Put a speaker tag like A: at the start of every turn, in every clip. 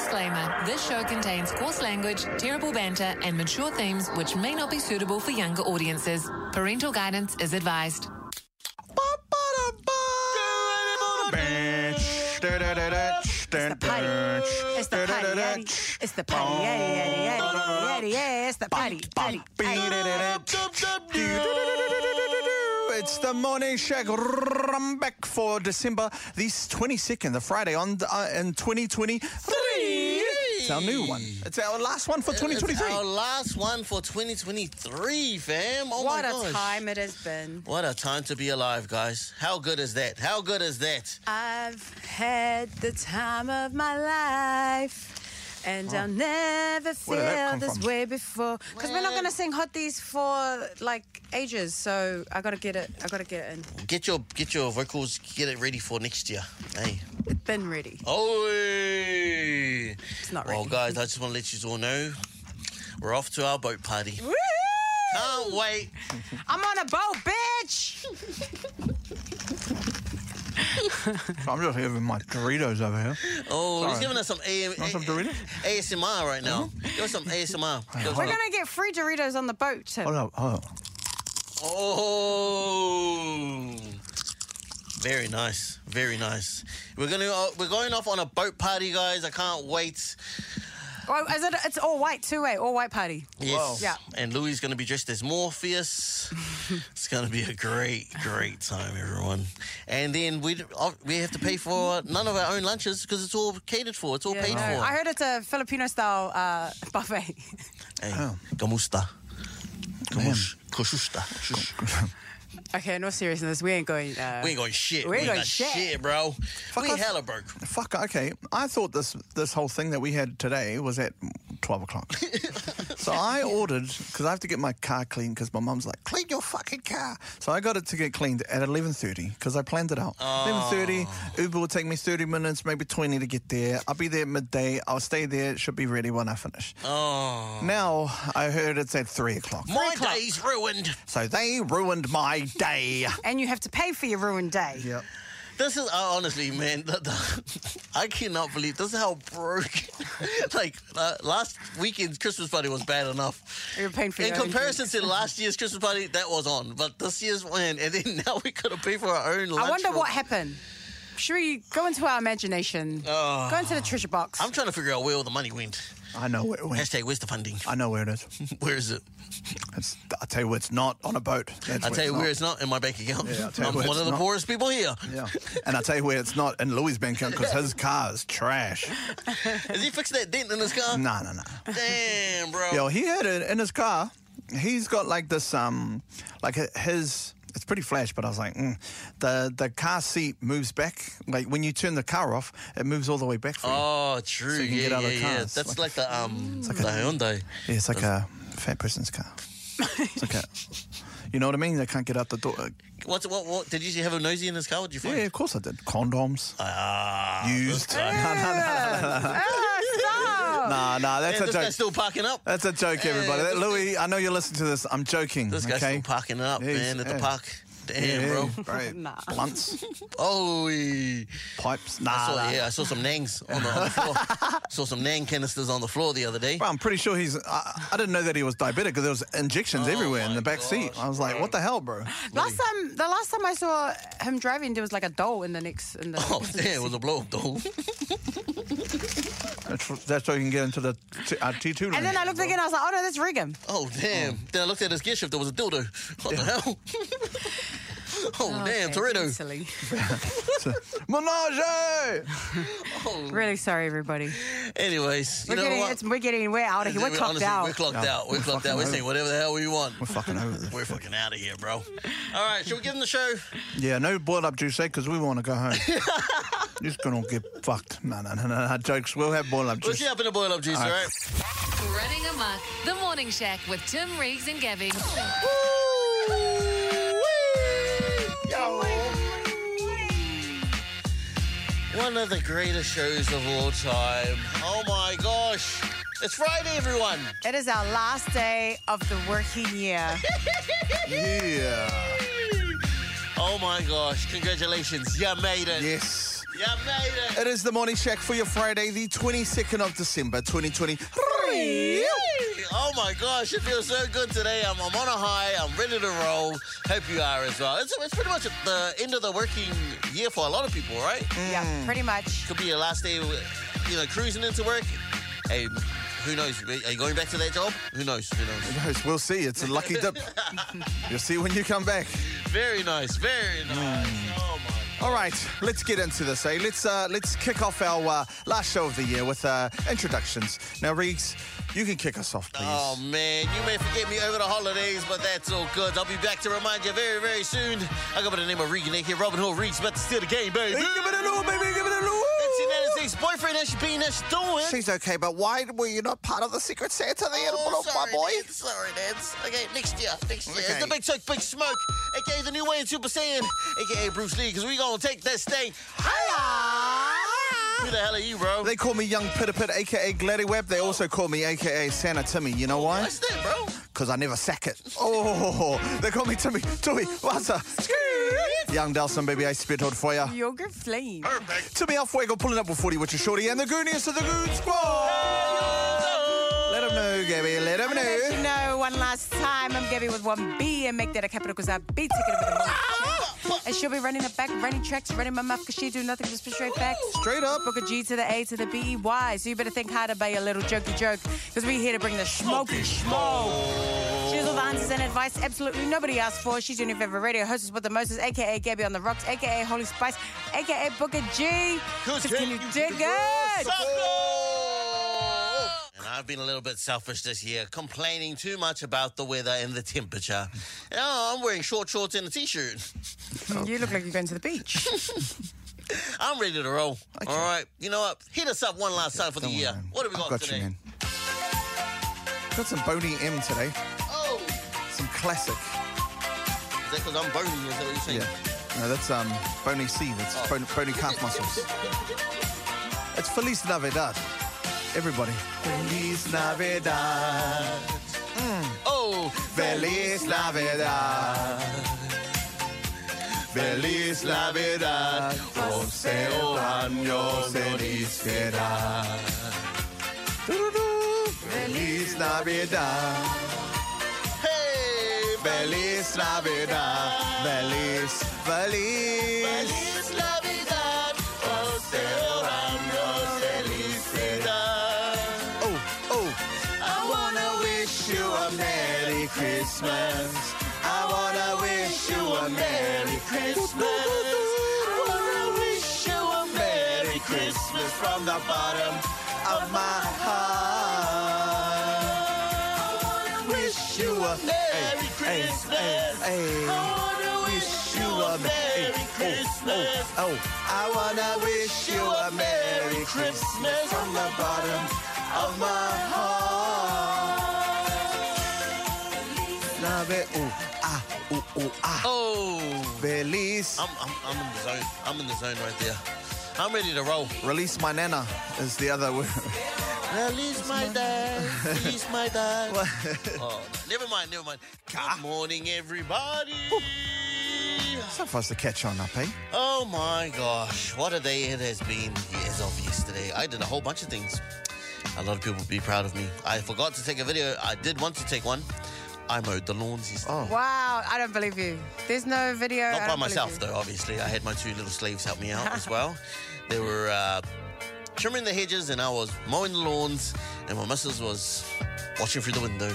A: Disclaimer This show contains coarse language, terrible banter, and mature themes which may not be suitable for younger audiences. Parental guidance is advised.
B: It's the party. It's the party. yaddy. It's the party. Yaddy, yaddy, yaddy, yaddy, yaddy. It's the party. party, party.
C: It's the morning shack. I'm back for December the 22nd, the Friday on uh, in 2023. It's our new one. It's our last one for 2023.
D: It's our last one for 2023, fam. Oh
B: What
D: my
B: a
D: gosh.
B: time it has been.
D: What a time to be alive, guys. How good is that? How good is that?
B: I've had the time of my life. And I'll never
C: Where did that
B: feel
C: come
B: this
C: from?
B: way before. Because we're not going to sing Hot These for like ages. So I got to get it. I got to get it in.
D: Get your get your vocals, get it ready for next year. Hey.
B: It's been ready.
D: Oh. It's
B: not
D: Well,
B: ready.
D: guys, I just want to let you all know we're off to our boat party.
B: Woo!
D: Can't wait.
B: I'm on a boat, bitch!
C: I'm just having my Doritos over here.
D: Oh, he's
C: Sorry.
D: giving us some, AM,
C: Want some Doritos?
D: ASMR right now.
C: Mm-hmm.
D: Give us some ASMR. Give us
B: We're
D: some-
B: going to get free Doritos on the boat, Tim.
C: Hold up. Hold up.
D: Oh, very nice, very nice. We're gonna uh, we're going off on a boat party, guys. I can't wait.
B: Oh, is it, it's all white, two way, all white party.
D: Yes,
C: Wow.
B: Yeah.
D: And Louis is gonna be dressed as Morpheus. it's gonna be a great, great time, everyone. And then we uh, we have to pay for none of our own lunches because it's all catered for. It's all
B: Yeah,
D: paid
B: no,
D: for.
B: I heard it's a Filipino style uh, buffet.
D: hey, Gamusta. Gamush. Koshusta.
B: okay, in all seriousness, we ain't going. Uh,
D: We ain't going shit.
B: We ain't going
D: got
B: shit.
D: bro. we
C: off.
D: hella broke.
C: Fuck. Okay. I thought this this whole thing that we had today was at twelve o'clock. so I ordered because I have to get my car cleaned because my mum's like, clean your fucking car. So I got it to get cleaned at eleven thirty because I planned it out.
D: Oh.
C: Eleven thirty. Uber will take me thirty minutes, maybe twenty to get there. I'll be there midday. I'll stay there. It should be ready when I finish.
D: Oh,
C: Now I heard it's at three o'clock.
D: my
B: o'clock.
D: day's ruined.
C: So they ruined my day.
B: and you have to pay for your ruined day.
C: yep.
D: This is uh, honestly, man. The, the, I cannot believe this is how broke. like uh, last weekend's Christmas party was bad enough.
B: You're paying for
D: In
B: your own
D: comparison to last year's Christmas party, that was on. But this year's one, and then now we gotta pay for our own lunch.
B: I wonder
D: for-
B: what happened. Should we go into our imagination? go into the treasure box.
D: I'm trying to figure out where all the money went.
C: I know where it went.
D: Hashtag where's the funding?
C: I know where it is.
D: Where is it?
C: It's, I tell you, where it's not on a boat. That's
D: I tell
C: it's
D: you
C: not.
D: where it's not in my bank account.
C: Yeah, I'll tell you
D: I'm
C: where
D: one
C: it's
D: of the
C: not.
D: poorest people here.
C: Yeah, and I tell you where it's not in Louis' bank account because his car is trash.
D: Is he fixing that dent in his car?
C: No, no, no.
D: Damn, bro.
C: Yo, he had it in his car. He's got like this, um, like hi- his. It's pretty flash, but I was like, mm. the the car seat moves back. Like when you turn the car off, it moves all the way back for you.
D: Oh, true.
C: So you can
D: yeah,
C: get out
D: yeah,
C: of
D: yeah.
C: cars.
D: That's
C: Like-
D: like the um,
C: like
D: the
C: a-
D: Hyundai.
C: Yeah, it's like a fat person's car. It's like a, you know what I mean? They can't get out the door.
D: What's what? What did you have a nosy in his car? What did you
C: Yeah,
D: find?
C: of course I did. Condoms
D: Ah,
C: used.
D: This guy.
B: Ah, stop!
C: Nah, nah, that's
D: Yeah,
C: a
D: this guy's
C: joke.
D: still parking up.
C: That's a joke, everybody. That Louis, I know you're listening to this. I'm joking.
D: This guy's
C: okay?
D: still parking up,
C: Yeah, he's-
D: man, at the
C: yeah.
D: park. Damn, bro.
C: Right.
B: Nah.
C: Blunts,
D: Oh, yeah.
C: pipes.
D: I
C: Nah,
D: saw,
C: nah.
D: yeah, I saw some nangs on the, on the floor. saw some nang canisters on the floor the other day.
C: Bro, I'm pretty sure he's. I, I didn't know that he was diabetic because there was injections everywhere in
D: my
C: the back seat.
D: gosh,
C: I was like, what the hell, Oh bro?
B: Last time, the last time I saw him driving, there was like a doll in the next. In the
D: Oh, damn, it was a blow up, though.
C: That's, that's how you can get into the t- uh, T2
B: and then I looked again. I was like, oh no, that's Regan.
D: Oh, damn. Then I looked at his gear shift, there was a dildo. What the hell? oh, damn, Toretto.
B: Silly.
C: Menage!
B: Really sorry, everybody.
D: Anyways, you
B: We're
D: know
B: getting,
D: what?
B: it's, we're getting, we're out of here. We're clocked
D: honestly,
B: out.
D: We're clocked
C: Yeah,
D: out. We're,
C: we're
D: clocked out.
C: fucking
D: We're
C: over.
D: saying whatever the hell we want.
C: We're fucking over this.
D: We're fucking out of here, bro. All right, should we give him the show?
C: Yeah, no boiled up juice, because we want to go home. You're just going to get fucked. No, no, no, no, no. Jokes. We'll have boiled up
D: We'll
C: juice.
D: see you up in the boil up juice, all
C: All right.
D: right?
A: Running Amok, The Morning Shack with Tim Reeves and Gabby.
B: Oh
D: One of the greatest shows of all time. Oh my gosh. It's Friday, everyone.
B: It is our last day of the working year.
C: Yeah.
D: Oh my gosh. Congratulations. You made it.
C: Yes.
D: You made it.
C: It is the Morning Shack for your Friday, the 22nd of December, 2020.
D: Oh my gosh, it feels so good today. I'm, I'm on a high. I'm ready to roll. Hope you are as well. It's, it's pretty much at the end of the working year for a lot of people, right? Mm.
B: Yeah, pretty much.
D: Could be your last day, you know, cruising into work. Hey, who knows? Are you going back to that job? Who knows? Who knows?
C: We'll see. It's a lucky dip. You'll see when you come back.
D: Very nice. Very nice.
C: Mm.
D: Oh my.
C: All right, let's get into this. Eh? Let's uh, let's kick off our uh, last show of the year with uh, introductions. Now, Reeves, you can kick us off, please.
D: Oh man, you may forget me over the holidays, but that's all good. I'll be back to remind you very, very soon. I go by the name of Regan here, Robin Hill Reeves, about to steal the game, baby.
C: Give
D: That's
C: it a little, baby. Give it a little.
D: United States boyfriend, that's your bean, that's your doing.
C: She's okay, but why were you not part of the Secret Santa there,
D: Oh,
C: my
D: sorry,
C: boy?
D: Dad. Sorry, Dads. Okay, next year. Next year.
C: Okay.
D: The Big Tuck, Big Smoke, aka the new way in Super Saiyan, aka Bruce Lee, because we gonna take this thing. Who the hell are you, bro?
C: They call me Young Pitter Pit, aka Gladdy Web. They also call me aka Santa Timmy. You know why?
D: What's that, bro?
C: Because I never sack it. Oh, they call me Timmy, Tui, Wasa, Skrrt. Young Delson, baby, I spittled for ya.
B: Yoga flame.
C: Timmy Alfuego pulling up with 40, which is shorty, and the Goonies to the Goon Squad. Let 'em know, Gabby, let 'em
B: I'm gonna let you
C: know.
B: know one last time. I'm Gabby with one B and make that a capital because I be taking it with a mother. And she'll be running her back, running tracks, running my mouth because she do nothing but spit straight facts.
C: Straight up.
B: Book a G to the A to the B E Y. So you better think hard about your little jokey joke because we're here to bring the smoky smoke. She's all the answers and advice absolutely nobody asked for. She's your new favorite radio hostess with the Moses, aka Gabby on the Rocks, aka Holy Spice, aka Booker G.
D: 'Cause
B: Just Can you dig
D: Sucker!
B: it?
D: And I've been a little bit selfish this year, complaining too much about the weather and the temperature. Oh, I'm wearing short shorts and a t-shirt.
B: You look like you're going to the beach.
D: I'm ready to roll. All right, you know what? Hit us up one last time for the
C: Don't worry,
D: year.
C: man.
D: What have we
C: I've
D: got,
C: got
D: today?
C: You, man. Got some Boney M today,
D: Oh, is
C: some classic.
D: that because I'm bony? Is that what you're saying?
C: Yeah. No, that's um, Boney C. That's
D: Oh.
C: bony, bony calf muscles. It's Feliz Navidad. Everybody. Feliz Navidad.
D: Oh,
C: Feliz Navidad. Feliz Navidad. José Oaño feliz Navidad. Feliz Navidad.
D: hey,
C: Feliz Navidad. Feliz, feliz.
D: Feliz Navidad. Os deseamos felicidad.
C: Oh, oh. I wanna wish you a Merry Christmas. I wanna wish you a Merry Christmas. I wanna wish you a Merry Christmas from the bottom of my heart. I wanna wish you a Oh,
D: Merry
C: Hey, hey,
D: Christmas.
C: hey, hey.
D: I wanna wish you a Merry
C: Hey,
D: Christmas.
C: Oh, oh, I wanna wish you a Merry Christmas from the bottom of my heart. Love it. Ooh, ah, ooh, ooh, ah.
D: Oh,
C: Feliz.
D: I'm, I'm, I'm in the zone. I'm in the zone right there. I'm ready to roll.
C: Release my nana is the other word.
D: Release my dad. Release my dad. oh, never mind, never mind. Good morning, everybody.
C: So fast to catch on up, eh?
D: Oh my gosh, what a day it has been as of yesterday. I did a whole bunch of things. A lot of people would be proud of me. I forgot to take a video. I did want to take one. I mowed the lawns yesterday.
C: Oh.
B: Wow, I don't believe you. There's no video. I
D: Not by
B: don't believe
D: myself,
B: you.
D: though, obviously. I had my two little slaves help me out as well. They were uh, trimming the hedges, and I was mowing the lawns, and my missus was watching through the window,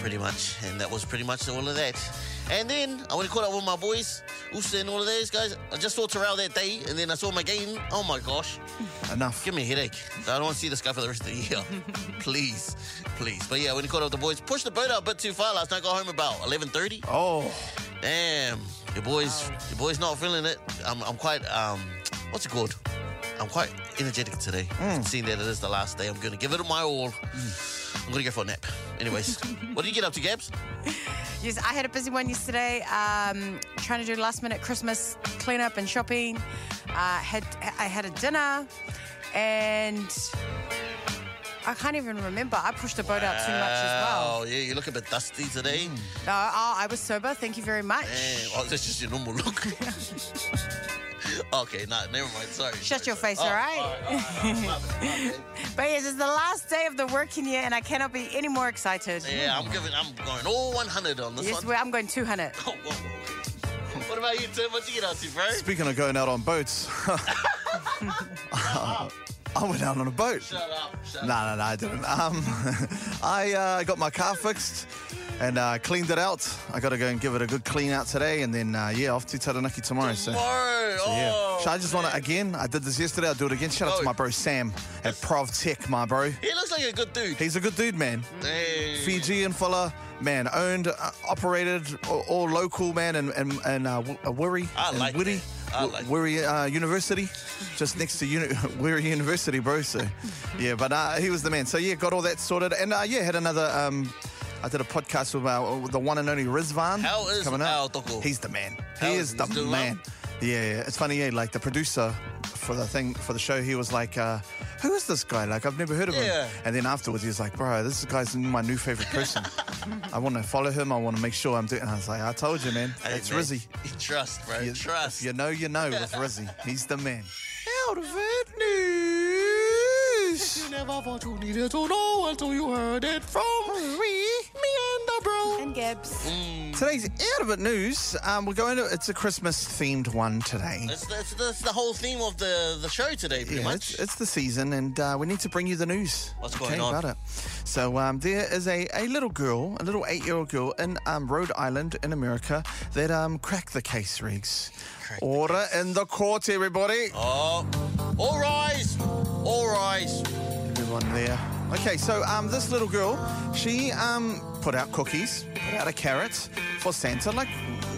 D: pretty much. And that was pretty much all of that. And then I went and caught up with my boys, Usta and all of those guys. I just saw Terrell that day, and then I saw him again. Oh my gosh,
C: Enough.
D: give me a headache. I don't want to see this guy for the rest of the year. please, please. But yeah, when he caught up with the boys, pushed the boat out a bit too far last night. Got home about 11.30.
C: Oh,
D: Damn, your boy's your boy's not feeling it. I'm, I'm quite um, what's it called? I'm quite energetic today.
B: Mm.
D: Seeing that it is the last day, I'm gonna give it my all.
B: Mm.
D: I'm gonna go for a nap. Anyways, what did you get up to, Gabs?
B: Yes, I had a busy one yesterday. Um, trying to do last minute Christmas cleanup and shopping. Uh, had I had a dinner, and I can't even remember. I pushed the boat out too much as well. Mm.
D: Oh yeah, you look a bit dusty today.
B: No, oh, I was sober. Thank you very much.
D: Damn, oh, that's just your normal look. Okay, no, never mind. Sorry.
B: Shut
D: sorry,
B: your
D: sorry.
B: face,
D: Oh,
B: all right? but yes, it's the last day of the working year, and I cannot be any more excited.
D: Yeah, I'm giving. I'm going all 100 on this
B: Yes,
D: one.
B: well, I'm going 200.
D: Oh, whoa, whoa, whoa. What about you, Tim? What you get up to, bro?
C: Speaking of going out on boats, I went out on a boat.
D: Shut up. Shut
C: No,
D: up.
C: no, no, I didn't. Um, I uh, got my car fixed and uh, cleaned it out. I got to go and give it a good clean out today, and then uh, yeah, off to Taranaki tomorrow. So.
D: Tomorrow. oh,
C: So I just want to
D: man.
C: again. I did this yesterday. I'll do it again. Shout out
D: Oh.
C: to my bro Sam at Prov Tech, my bro.
D: He looks like a good dude.
C: He's a good dude, man.
D: Hey.
C: Fijian fella, man. Owned, uh, operated, all, all local, man, and and, and uh, W- uh, Wiri
D: I
C: and
D: like
C: Wiri.
D: that. I
C: W-
D: like
C: Wiri uh, University, just next to uni- Wiri University, bro. So, yeah, but uh, he was the man. So yeah, got all that sorted, and uh, yeah, had another. Um, I did a podcast with uh, with the one and only Rizvan.
D: How
C: It's
D: is
C: coming
D: Al
C: out?
D: Toko?
C: He's the man.
D: How
C: he
D: is-
C: is the
D: he's doing well?
C: man. Yeah, yeah, it's funny. Yeah, like the producer for the thing for the show, he was like, uh, "Who is this guy? Like, I've never heard of
D: Yeah.
C: him." And then afterwards, he was like, "Bro, this guy's my new favorite person. I want to follow him. I want to make sure I'm doing." And I was like, "I told you, man.
D: Hey,
C: It's
D: man.
C: Rizzy.
D: Trust, bro.
C: You,
D: Trust.
C: You know, you know. With Rizzy, he's the man." Out of it news.
D: never thought you needed to know until you heard it from me, me and the bro.
B: And Gibbs.
C: Today's out of it news. Um, we're going to. It's a Christmas themed one today.
D: That's, that's, that's the whole theme of the, the show today, pretty
C: Yeah,
D: much.
C: It's, it's the season, and uh, we need to bring you the news.
D: What's going on?
C: About it. So um, there is a, a little girl, a little eight-year-old girl in um, Rhode Island in America that um, cracked the case, Riggs.
D: Cracked the
C: Order in the court, everybody.
D: oh, all rise, all rise.
C: Everyone there. Okay, so um, this little girl, she um, put out cookies, put out a carrot for Santa, like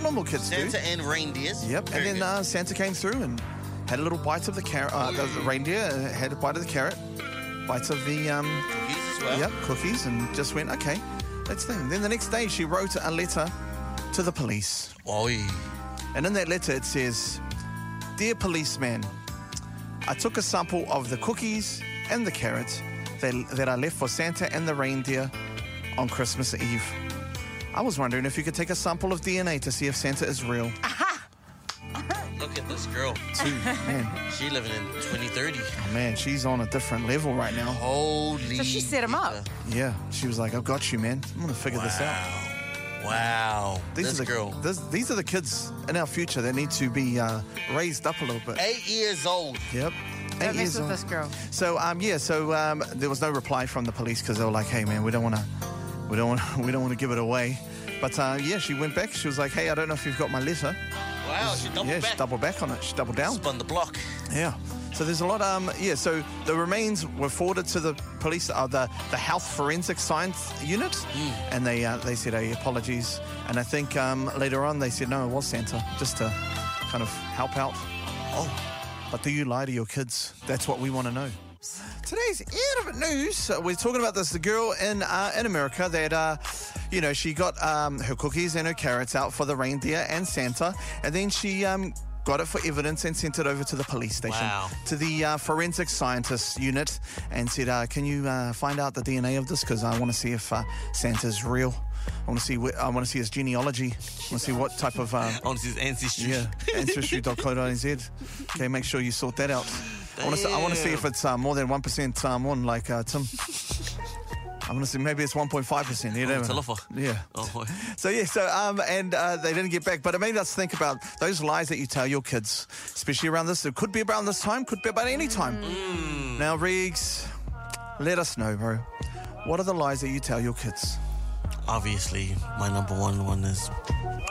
C: normal kids do.
D: Santa and reindeers.
C: Yep,
D: Very
C: and
D: good.
C: then uh, Santa came through and had a little bite of the carrot, uh, the, the reindeer uh, had a bite of the carrot, bites of the um,
D: Cookies as well.
C: Yep, cookies, and just went, okay, that's them. Then the next day, she wrote a letter to the police.
D: Oi.
C: And in that letter, it says, Dear policeman, I took a sample of the cookies and the carrot that, that I left for Santa and the reindeer on Christmas Eve. I was wondering if you could take a sample of DNA to see if Santa is real.
D: Look at this girl.
C: man,
D: She living in 2030.
C: man, she's on a different level right now.
D: Holy.
B: So she set him up.
C: Yeah, she was like, I've got you, man. I'm gonna figure this out.
D: Wow. Wow.
C: These
D: this
C: are the
D: girl.
C: this- these are the kids in our future that need to be uh, raised up a little bit.
D: Eight years old.
C: Yep. Eight
B: Don't
C: years
B: mess with
C: old.
B: this girl.
C: So um, yeah, so um, there was no reply from the police because they were like, "Hey man, we don't want to, we don't want, we don't want to give it away." But uh, yeah, she went back. She was like, "Hey, I don't know if you've got my letter."
D: Wow, she doubled
C: yeah,
D: back.
C: she doubled back on it. She doubled down.
D: Spun the block.
C: Yeah. So there's a lot. Um, yeah. So the remains were forwarded to the police, uh, the the health forensic science unit, and they uh, they said, "Hey, apologies." And I think um, later on they said, "No, it was Santa," just to kind of help out. Oh, but do you lie to your kids? That's what we want to know. Today's out of it news. uh, We're talking about this the girl in uh, in America that uh, you know she got um, her cookies and her carrots out for the reindeer and Santa, and then she um, got it for evidence and sent it over to the police station
D: Wow.
C: to the uh, forensic scientist unit and said, uh, "Can you uh, find out the DNA of this? Because I want to see if uh, Santa's real. I want to see. Wh- I want to see his genealogy. I want to see what type of." Uh,
D: On his ancestry.
C: yeah, ancestry.co.nz. Okay, make sure you sort that out. I want to. I want to see if it's uh, more than one percent Samoan, like uh, Tim. I want to see. Maybe it's one point five percent.
D: Oh, it's a lot.
C: Yeah.
D: Oh,
C: So yeah, so um, and uh, they didn't get back, but it made us think about those lies that you tell your kids, especially around this. It could be around this time, could be about any time.
D: Mm.
C: Now, Riggs, let us know, bro. What are the lies that you tell your kids?
D: obviously, my number one one is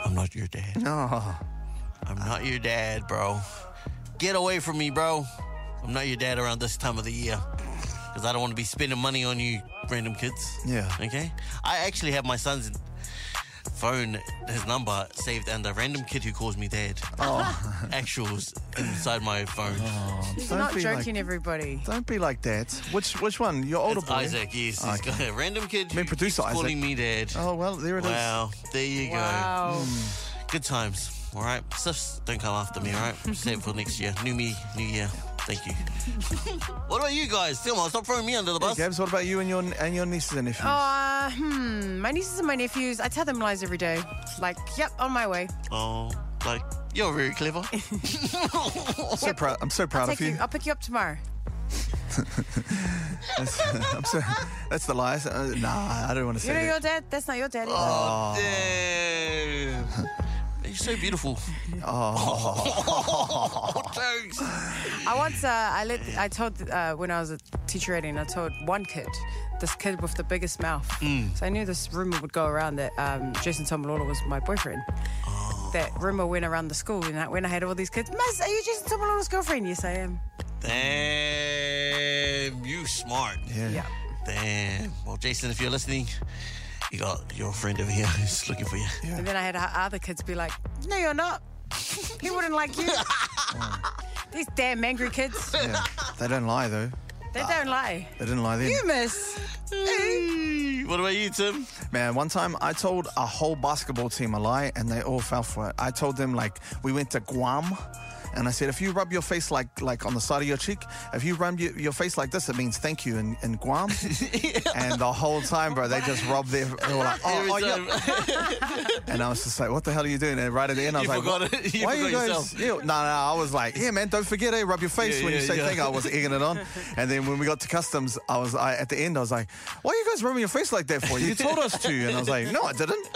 D: I'm not your dad.
C: Oh,
D: I'm not your dad, bro. Get away from me, bro. I'm not your dad around this time of the year. Because I don't want to be spending money on you, random kids.
C: Yeah.
D: Okay? I actually have my son's phone, his number, saved under random kid who calls me dad. Oh. Actuals inside my phone.
C: Oh.
B: He's
C: Don't
B: not
C: be like-
B: joking, everybody.
C: don't be like that. Which which one? Your older
D: It's
C: boy.
D: Isaac, yes. He's
C: Okay.
D: got a random kid who
C: mean, producer
D: keeps calling me dad.
C: Oh well, there it is.
D: wow. There you go.
B: Wow.
D: Good times. All right? Sips, don't come after me, all right? Save for next year. New me, new year. Thank you. what about you guys? Timo, stop throwing me under the bus.
C: Gabs, what about you and your and your nieces and nephews?
B: Uh, hmm. My nieces and my nephews, I tell them lies every day. Like, yep, on my way.
D: Oh, like, You're very clever.
C: So proud. I'm so proud
B: Take
C: of you.
B: you. I'll pick you up tomorrow.
C: That's, I'm so, that's the lie. Uh, nah, I don't want to say
B: You know
C: that.
B: your dad? That's not your daddy.
D: Oh, Damn. You're so beautiful. Oh. Thanks.
B: I once uh, I let I told uh, when I was a teacher rating, I told one kid, this kid with the biggest mouth. So I knew this rumor would go around that um, Jason Tomalolo was my boyfriend. That rumor went around the school, and I, when I had all these kids, Miss, are you Jason Tomalolo's girlfriend? Yes, I am.
D: Damn. You smart.
C: Yeah.
B: Yeah.
D: Damn. Well, Jason, if you're listening, you got your friend over here who's looking for you.
B: And then I had o- other kids be like, No, you're not. he wouldn't like you. These damn angry kids.
C: Yeah. They don't lie though.
B: They
D: Ah.
B: don't lie. Mm.
C: They didn't lie then.
B: You miss.
D: Eh? Hey, What about you, Tim?
C: Man, one time I told a whole basketball team a lie and they all fell for it. I told them like we went to Guam and I said if you rub your face like like on the side of your cheek, if you rub your, your face like this, it means thank you in, in Guam. And the whole time, bro, they just rubbed their they were like, oh,
D: Every
C: oh, yeah.
D: time.
C: And I was just like, what the hell are you doing? And right at the end, I was
D: You
C: like,
D: forgot
C: "What-
D: it. You
C: why are you
D: forgot
C: guys?
D: yourself."
C: Yeah, no, no, I was like, yeah, man, don't forget, eh? Rub your face
D: Yeah,
C: when you
D: yeah,
C: say
D: yeah.
C: thing. I was egging it on. And then when we got to customs, I was I, at the end, I was like, why are you guys rubbing your face like that for? You told us to. And I was like, no, I didn't.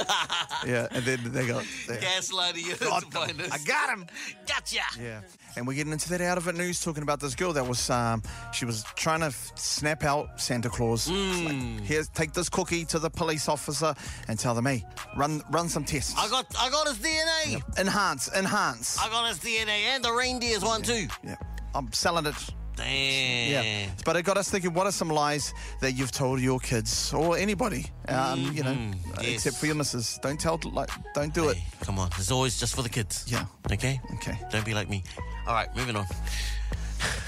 C: Yeah, and then they got. Yeah.
D: Gaslighting you.
C: Got
D: to find
C: them.
D: us.
C: I got him.
D: Gotcha.
C: Yeah, and we're getting into that out of it news talking about this girl that was um, she was trying to f- snap out Santa Claus. It's
D: Hmm.
C: Like, Here, take this cookie to the police officer and tell them, hey, run run some tests.
D: I got, I got his DNA.
C: enhance, enhance.
D: I got his DNA and the reindeer's one too.
C: Yeah, I'm selling it.
D: Damn.
C: Yeah, but it got us thinking. What are some lies that you've told your kids or anybody? Um, You know,
D: Mm-hmm. Yes.
C: except for your missus. Don't tell. Like, don't do it.
D: Hey, come on. It's always just for the kids.
C: Yeah.
D: Okay?
C: Okay.
D: Don't be like me. All right, moving on.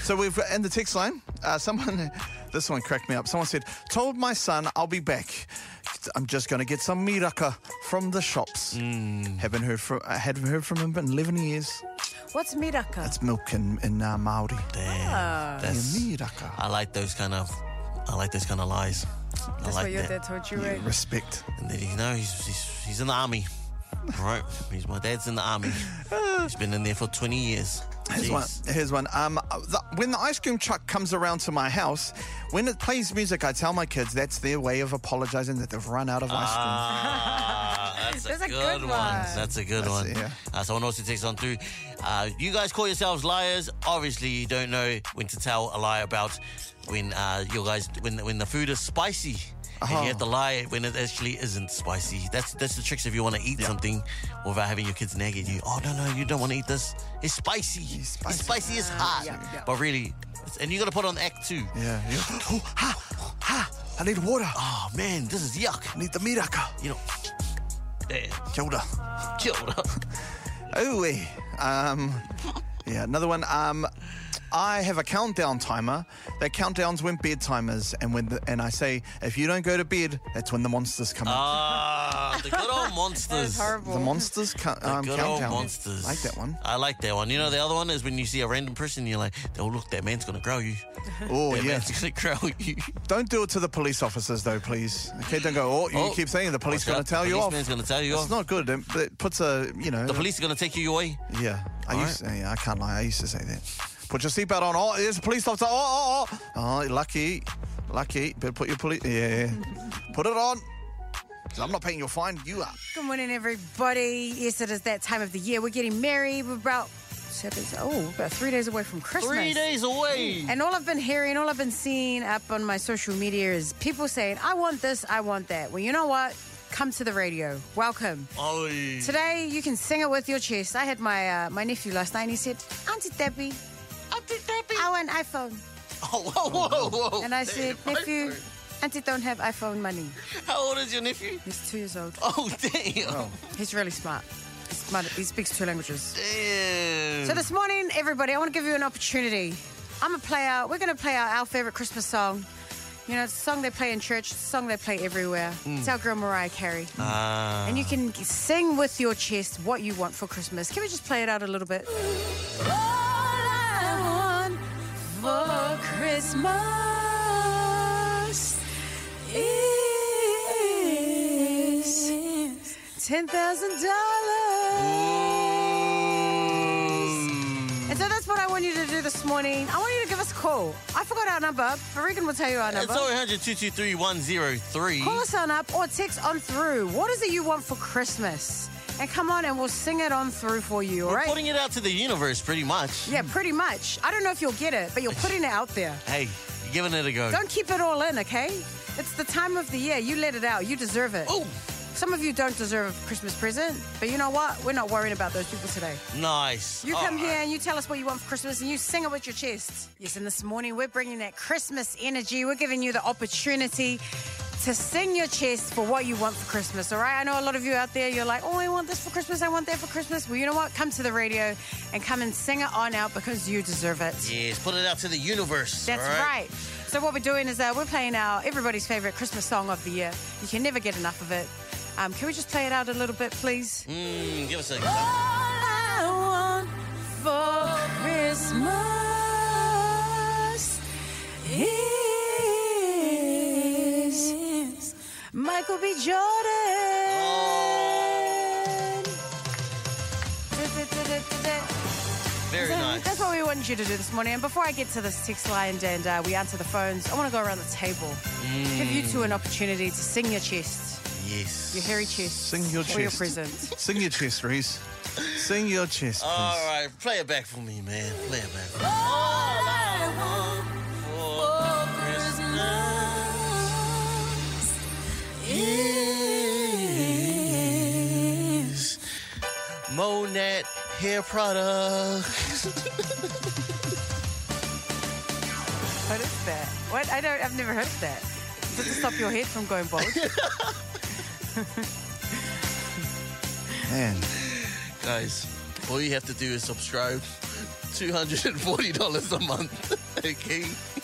C: So we've in the text line. Uh, someone, this one cracked me up. Someone said, "Told my son I'll be back. I'm just going to get some miraka from the shops.
D: Mm.
C: Haven't heard from I hadn't heard from him in 11 years.
B: What's miraka?
C: It's milk in in uh, Maori.
D: Damn.
B: Ah.
D: That's,
C: Miraka.
D: I like those kind of, I like those kind of lies. I
B: That's
D: like
B: what your
D: that.
B: dad told you, right?
C: Respect.
D: And then you know he's he's, he's in the army. All right. He's my dad's in the army. he's been in there for 20 years.
C: Here's
D: Jeez.
C: one. Here's one. Um, the, when the ice cream truck comes around to my house, when it plays music, I tell my kids that's their way of apologising that they've run out of ice cream.
D: Ah, that's,
B: That's
D: a, good one. That's a good one.
C: it, yeah.
D: uh, someone also takes on through. Uh, you guys call yourselves liars. Obviously, you don't know when to tell a lie about when uh, you guys when when the food is spicy. And you have to lie when it actually isn't spicy. That's that's the tricks if you want to eat something without having your kids nag at you. Oh no no, you don't want to eat this. It's spicy. It's
C: spicy."
D: spicy. It's, hot.
B: yeah, yeah.
D: But really, it's, and you got to put on act two.
C: Yeah. yeah. Oh, ha, ha, I need water. I
D: Oh man, this is yuck.
C: need the miraka.
D: You know, damn,
C: Kia ora.
D: killed up.
C: Oh, eh. um, yeah, another one. Um, I have a countdown timer. That countdown's when bedtime is, and when the, and I say if you don't go to bed, that's when the monsters come. out.
D: Ah, the good old monsters.
B: That's horrible.
C: The monsters ca- um,
D: Good old
C: countdown.
D: monsters.
C: Like that one.
D: I like that one. You know, the other one is when you see a random person, you're like, oh, look, that man's going to grow you.
C: Oh
D: That
C: yeah.
D: man's going to grow you.
C: Don't do it to the police officers though, please. Okay, don't go. Oh, you
D: Oh,
C: keep saying the police
D: watch
C: going
D: out,
C: to tell you
D: The
C: off.
D: policeman's going to tell you
C: It's
D: off.
C: not good. It, it puts a you know.
D: the police are going to take you away.
C: Yeah, I
D: All
C: used. Yeah, I can't lie. I used to say that. Put your seatbelt on. Oh, there's a police officer. Oh, oh, oh. Oh, lucky, lucky. Better put your police. Yeah, put it on. 'Cause I'm not paying your fine. You are.
B: Good morning, everybody. Yes, it is that time of the year. We're getting married. We're about seven, oh, about three days away from Christmas.
D: Three days away.
B: And all I've been hearing, all I've been seeing up on my social media is people saying, "I want this, I want that." Well, you know what? Come to the radio. Welcome.
D: Oi.
B: Today you can sing it with your chest. I had my uh, my nephew last night. and He said, "Auntie Debbie,
D: Auntie Debbie.
B: I want iPhone,"
D: Oh, whoa, whoa, whoa.
B: and I
D: Damn,
B: said,
D: I'm
B: "Nephew."
D: sorry.
B: Auntie don't have iPhone money.
D: How old is your nephew?
B: He's two years old.
D: Oh, damn.
B: He's really smart. He's smart. He speaks two languages.
D: Damn.
B: So this morning, everybody, I want to give you an opportunity. I'm a player. We're going to play our, our favorite Christmas song. You know, it's a song they play in church, it's a song they play everywhere. It's our girl Mariah Carey.
D: Ah.
B: And you can g- sing with your chest what you want for Christmas. Can we just play it out a little bit? All I want for Christmas is ten thousand dollars. want you to do this morning, I want you to give us a call. I forgot our number, but Regan will tell you our number.
D: It's 0800 223 103.
B: Call us on up or text on through. What is it you want for Christmas? And come on, and we'll sing it on through for you, all
D: We're
B: right?
D: putting it out to the universe pretty much.
B: yeah, pretty much. I don't know if you'll get it, but you're putting it out there.
D: Hey, you're giving it a go.
B: Don't keep it all in, okay? It's the time of the year. You let it out. You deserve it.
D: Oh,
B: Some of you don't deserve a Christmas present, but you know what? We're not worrying about those people today.
D: nice.
B: You
D: All
B: come here
D: right.
B: and you tell us what you want for Christmas and you sing it with your chest. Yes, and this morning we're bringing that Christmas energy. We're giving you the opportunity to sing your chest for what you want for Christmas, all right? I know a lot of you out there, you're like, oh, I want this for Christmas, I want that for Christmas. Well, you know what? Come to the radio and come and sing it on out because you deserve it.
D: Yes, put it out to the universe.
B: That's
D: all right.
B: right. So what we're doing is uh, we're playing our everybody's favorite Christmas song of the year. You can never get enough of it. Um, can we just play it out a little bit, please?
D: Mm, give us a.
B: All I want for Christmas is Michael B. Jordan. Du-du-du-du-du-du.
D: Very
B: So
D: nice.
B: That's what we wanted you to do this morning. And before I get to this text line and uh, we answer the phones, I want to go around the table. Give you
C: Mm.
B: two an opportunity to sing your chest,
D: Yes.
B: your hairy chest.
C: Sing your
B: Or your
C: chest.
B: present.
C: Sing your chest, Reese. Sing your chest, please.
D: All right, play it back for me, man. Play it back. For me. Monat hair product.
B: what is that? What? I don't. I've never heard of that. Is it to stop your head from going bald?
C: Man,
D: Guys, all you have to do is subscribe. $240 a month. okay.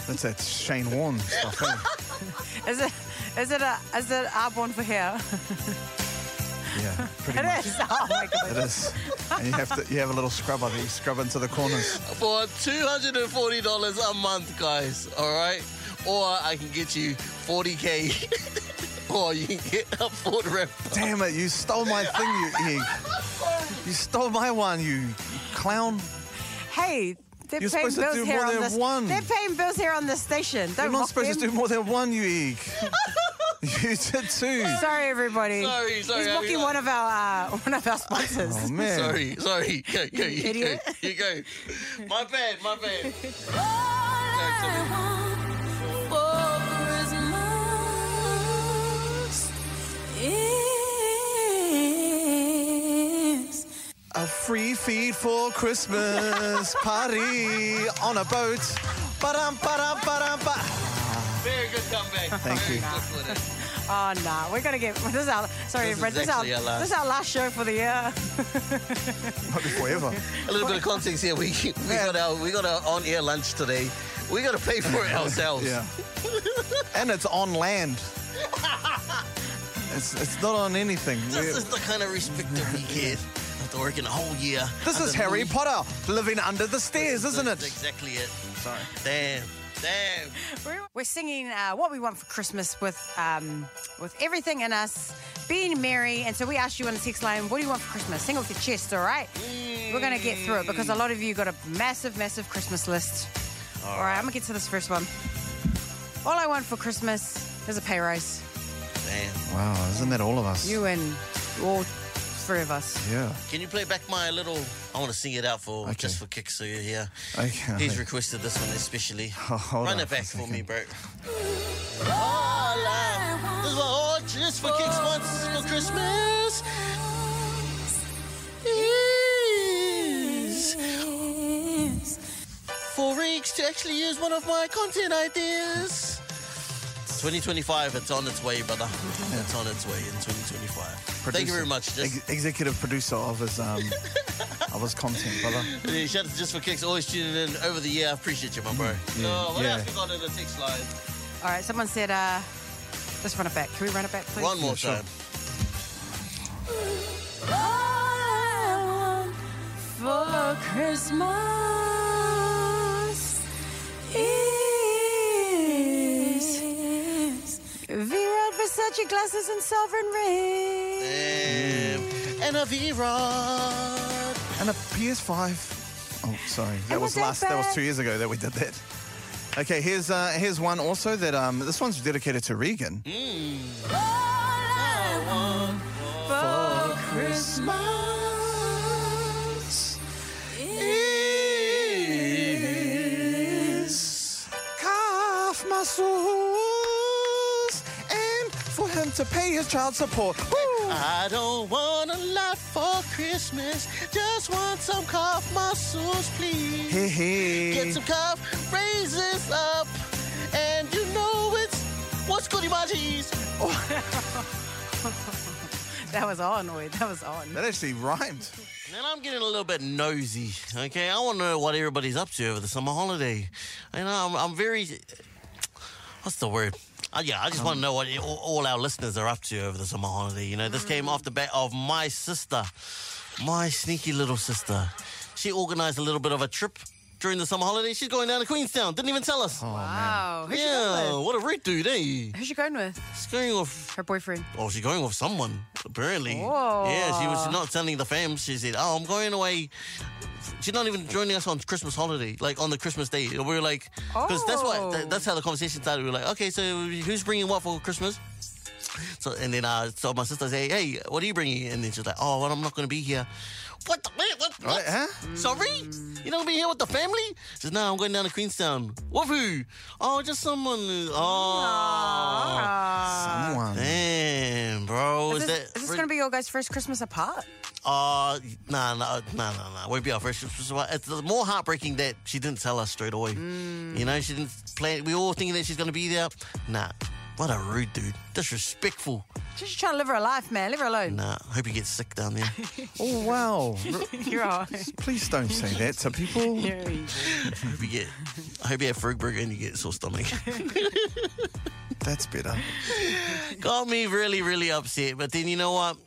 C: that's that Shane Warne stuff. eh?
B: is it? Is it a? Is it airborne for hair?
C: Yeah, pretty
B: It
C: much.
B: is. Oh my god.
C: It is. And you have to. You have a little scrubber that you scrub into the corners.
D: For $240 a month, guys. All right. Or I can get you 40K. or you can get a Ford Raptor.
C: Damn it! You stole my thing, you egg. You stole my one, you clown.
B: Hey. They're
C: You're
B: paying
C: supposed to
B: bills
C: do
B: here
C: more
B: on
C: than
B: this.
C: one.
B: They're paying bills here on this station. Don't
C: You're not
B: mock
C: supposed
B: them.
C: to do more than one, you egg. You did two.
B: Sorry, everybody.
D: Sorry, sorry,
B: He's
D: I
B: mocking
D: mean,
B: one of our uh, one of our sponsors.
C: Oh man.
D: Sorry, sorry. Go, go, you
B: Idiot.
D: go. You go. My bad, my bad.
C: A free feed for Christmas party on a boat. Ba-dum, ba-dum, ba-dum, ba.
D: Very good comeback.
C: Thank
D: Very
C: you.
D: good with it.
B: Oh no, we're gonna get this is our sorry,
D: This is
B: Brad. This, is
D: actually our last.
B: this is our last show for the year.
C: Not forever.
D: A little bit of context here. We, we got our we got our on air lunch today. We got to pay for it ourselves.
C: Yeah. and it's on land. It's, it's not on anything.
D: This
C: We're-
D: is the kind of respect that we get after working a whole year.
C: This is
D: under
C: Harry
D: Louis.
C: Potter living under the stairs, isn't
D: That's
C: it?
D: exactly it.
C: Sorry.
D: Damn. Damn.
B: We're singing uh, what we want for Christmas with um, with everything in us, being merry. And so we asked you on the text line, what do you want for Christmas? Sing off your chest, all right? We're gonna get through it because a lot of you got a massive, massive Christmas list. all right, I'm gonna get to this first one. All I want for Christmas is a pay rise.
D: Damn.
C: Wow, isn't that all of us?
B: You and all three of us.
C: yeah.
D: Can you play back my little? I want to sing it out for
C: Okay.
D: just for kicks. So you're here.
C: Okay.
D: He's requested this one especially.
C: hold
D: Run
C: on
D: it
C: for a
D: back for, me,
C: second.
D: bro. All I want is all just for kicks once for Christmas. Is for Reeks to actually use one of my content ideas. 2025, it's on its way, brother. It's on its way in 2025. Thank you
C: Producer.
D: very much. Just
C: Ex- executive producer of his um of his content, brother.
D: Yeah, shout out to Just for Kicks, always tuning in over the year. I appreciate you, my bro. oh, what
C: Mm, yeah.
D: else we got in the text line?
B: All right, someone said, uh, let's run it back. Can we run it back, please?
D: One more
C: sure.
D: time.
B: for Christmas is V-Rod Versace glasses and sovereign ring.
C: Mm.
D: Um, and a V-Rod.
C: And a PS5. Oh, sorry. That
B: And
C: was
B: we're
C: last. That was
B: back.
C: two years ago that we did that. Okay, here's uh, here's one also that um, this one's dedicated to Regan.
D: Mm. Oh,
C: Christmas is calf muscles and for him to pay his child support. Woo!
D: I don't want a lot for Christmas. Just want some cough muscles, please.
C: Hey, hey.
D: Get some cough, raise this up, and you know it's what's goody munchies.
B: That was on, Oi. That was on.
C: That actually rhymed.
D: And I'm getting a little bit nosy, okay? I want to know what everybody's up to over the summer holiday. You know, I'm, I'm very. What's the word? Uh, yeah, I just
B: Um,
D: want to know what all, all our listeners are up to over the summer holiday. You know, this
B: Mm.
D: came off the back of my sister, my sneaky little sister. She organised a little bit of a trip during the summer holiday. She's going down to Queenstown. Didn't even tell us.
B: Wow. Who's Oh. she
D: yeah,
B: going with?
D: what a root dude, eh?
B: Who's she going with?
D: She's going off
B: Her boyfriend.
D: Oh, she's going with someone, apparently.
B: Oh.
D: Yeah, she was not telling the fam. She said, Oh, I'm going away. She's not even joining us on Christmas holiday, like on the Christmas day. We were like, because that's
B: Oh.
D: what that, that's how the conversation started. We were like, okay, so who's bringing what for Christmas? So and then uh, so my sister said, hey, what are you bringing? And then she's like, oh, well, I'm not going to be here. What? The, wait, what? what?
C: Right, huh?
D: Sorry, you don't be here with the family? She says, no, I'm going down to Queenstown. What who? Oh, just someone. who- Oh,
B: Ah.
C: Someone.
D: Damn, bro.
B: Is
D: Oh, Is,
B: this,
D: that
B: is this going to be your guys' first Christmas apart?
D: Uh, nah, nah, nah, nah, nah. Won't be our first Christmas. but It's more heartbreaking that she didn't tell us straight away.
B: Mm.
D: You know, she didn't plan. We all thinking that she's gonna be there. Nah, what a rude dude. Disrespectful.
B: She's just trying to live her life, man. Leave her alone.
D: Nah, hope he gets sick down there.
C: Oh wow!
B: You're all right.
C: Please don't say that to people.
D: hope you get. I hope you have Frogburger and you get sore stomach.
C: That's better.
D: got me really, really upset. But then you know what?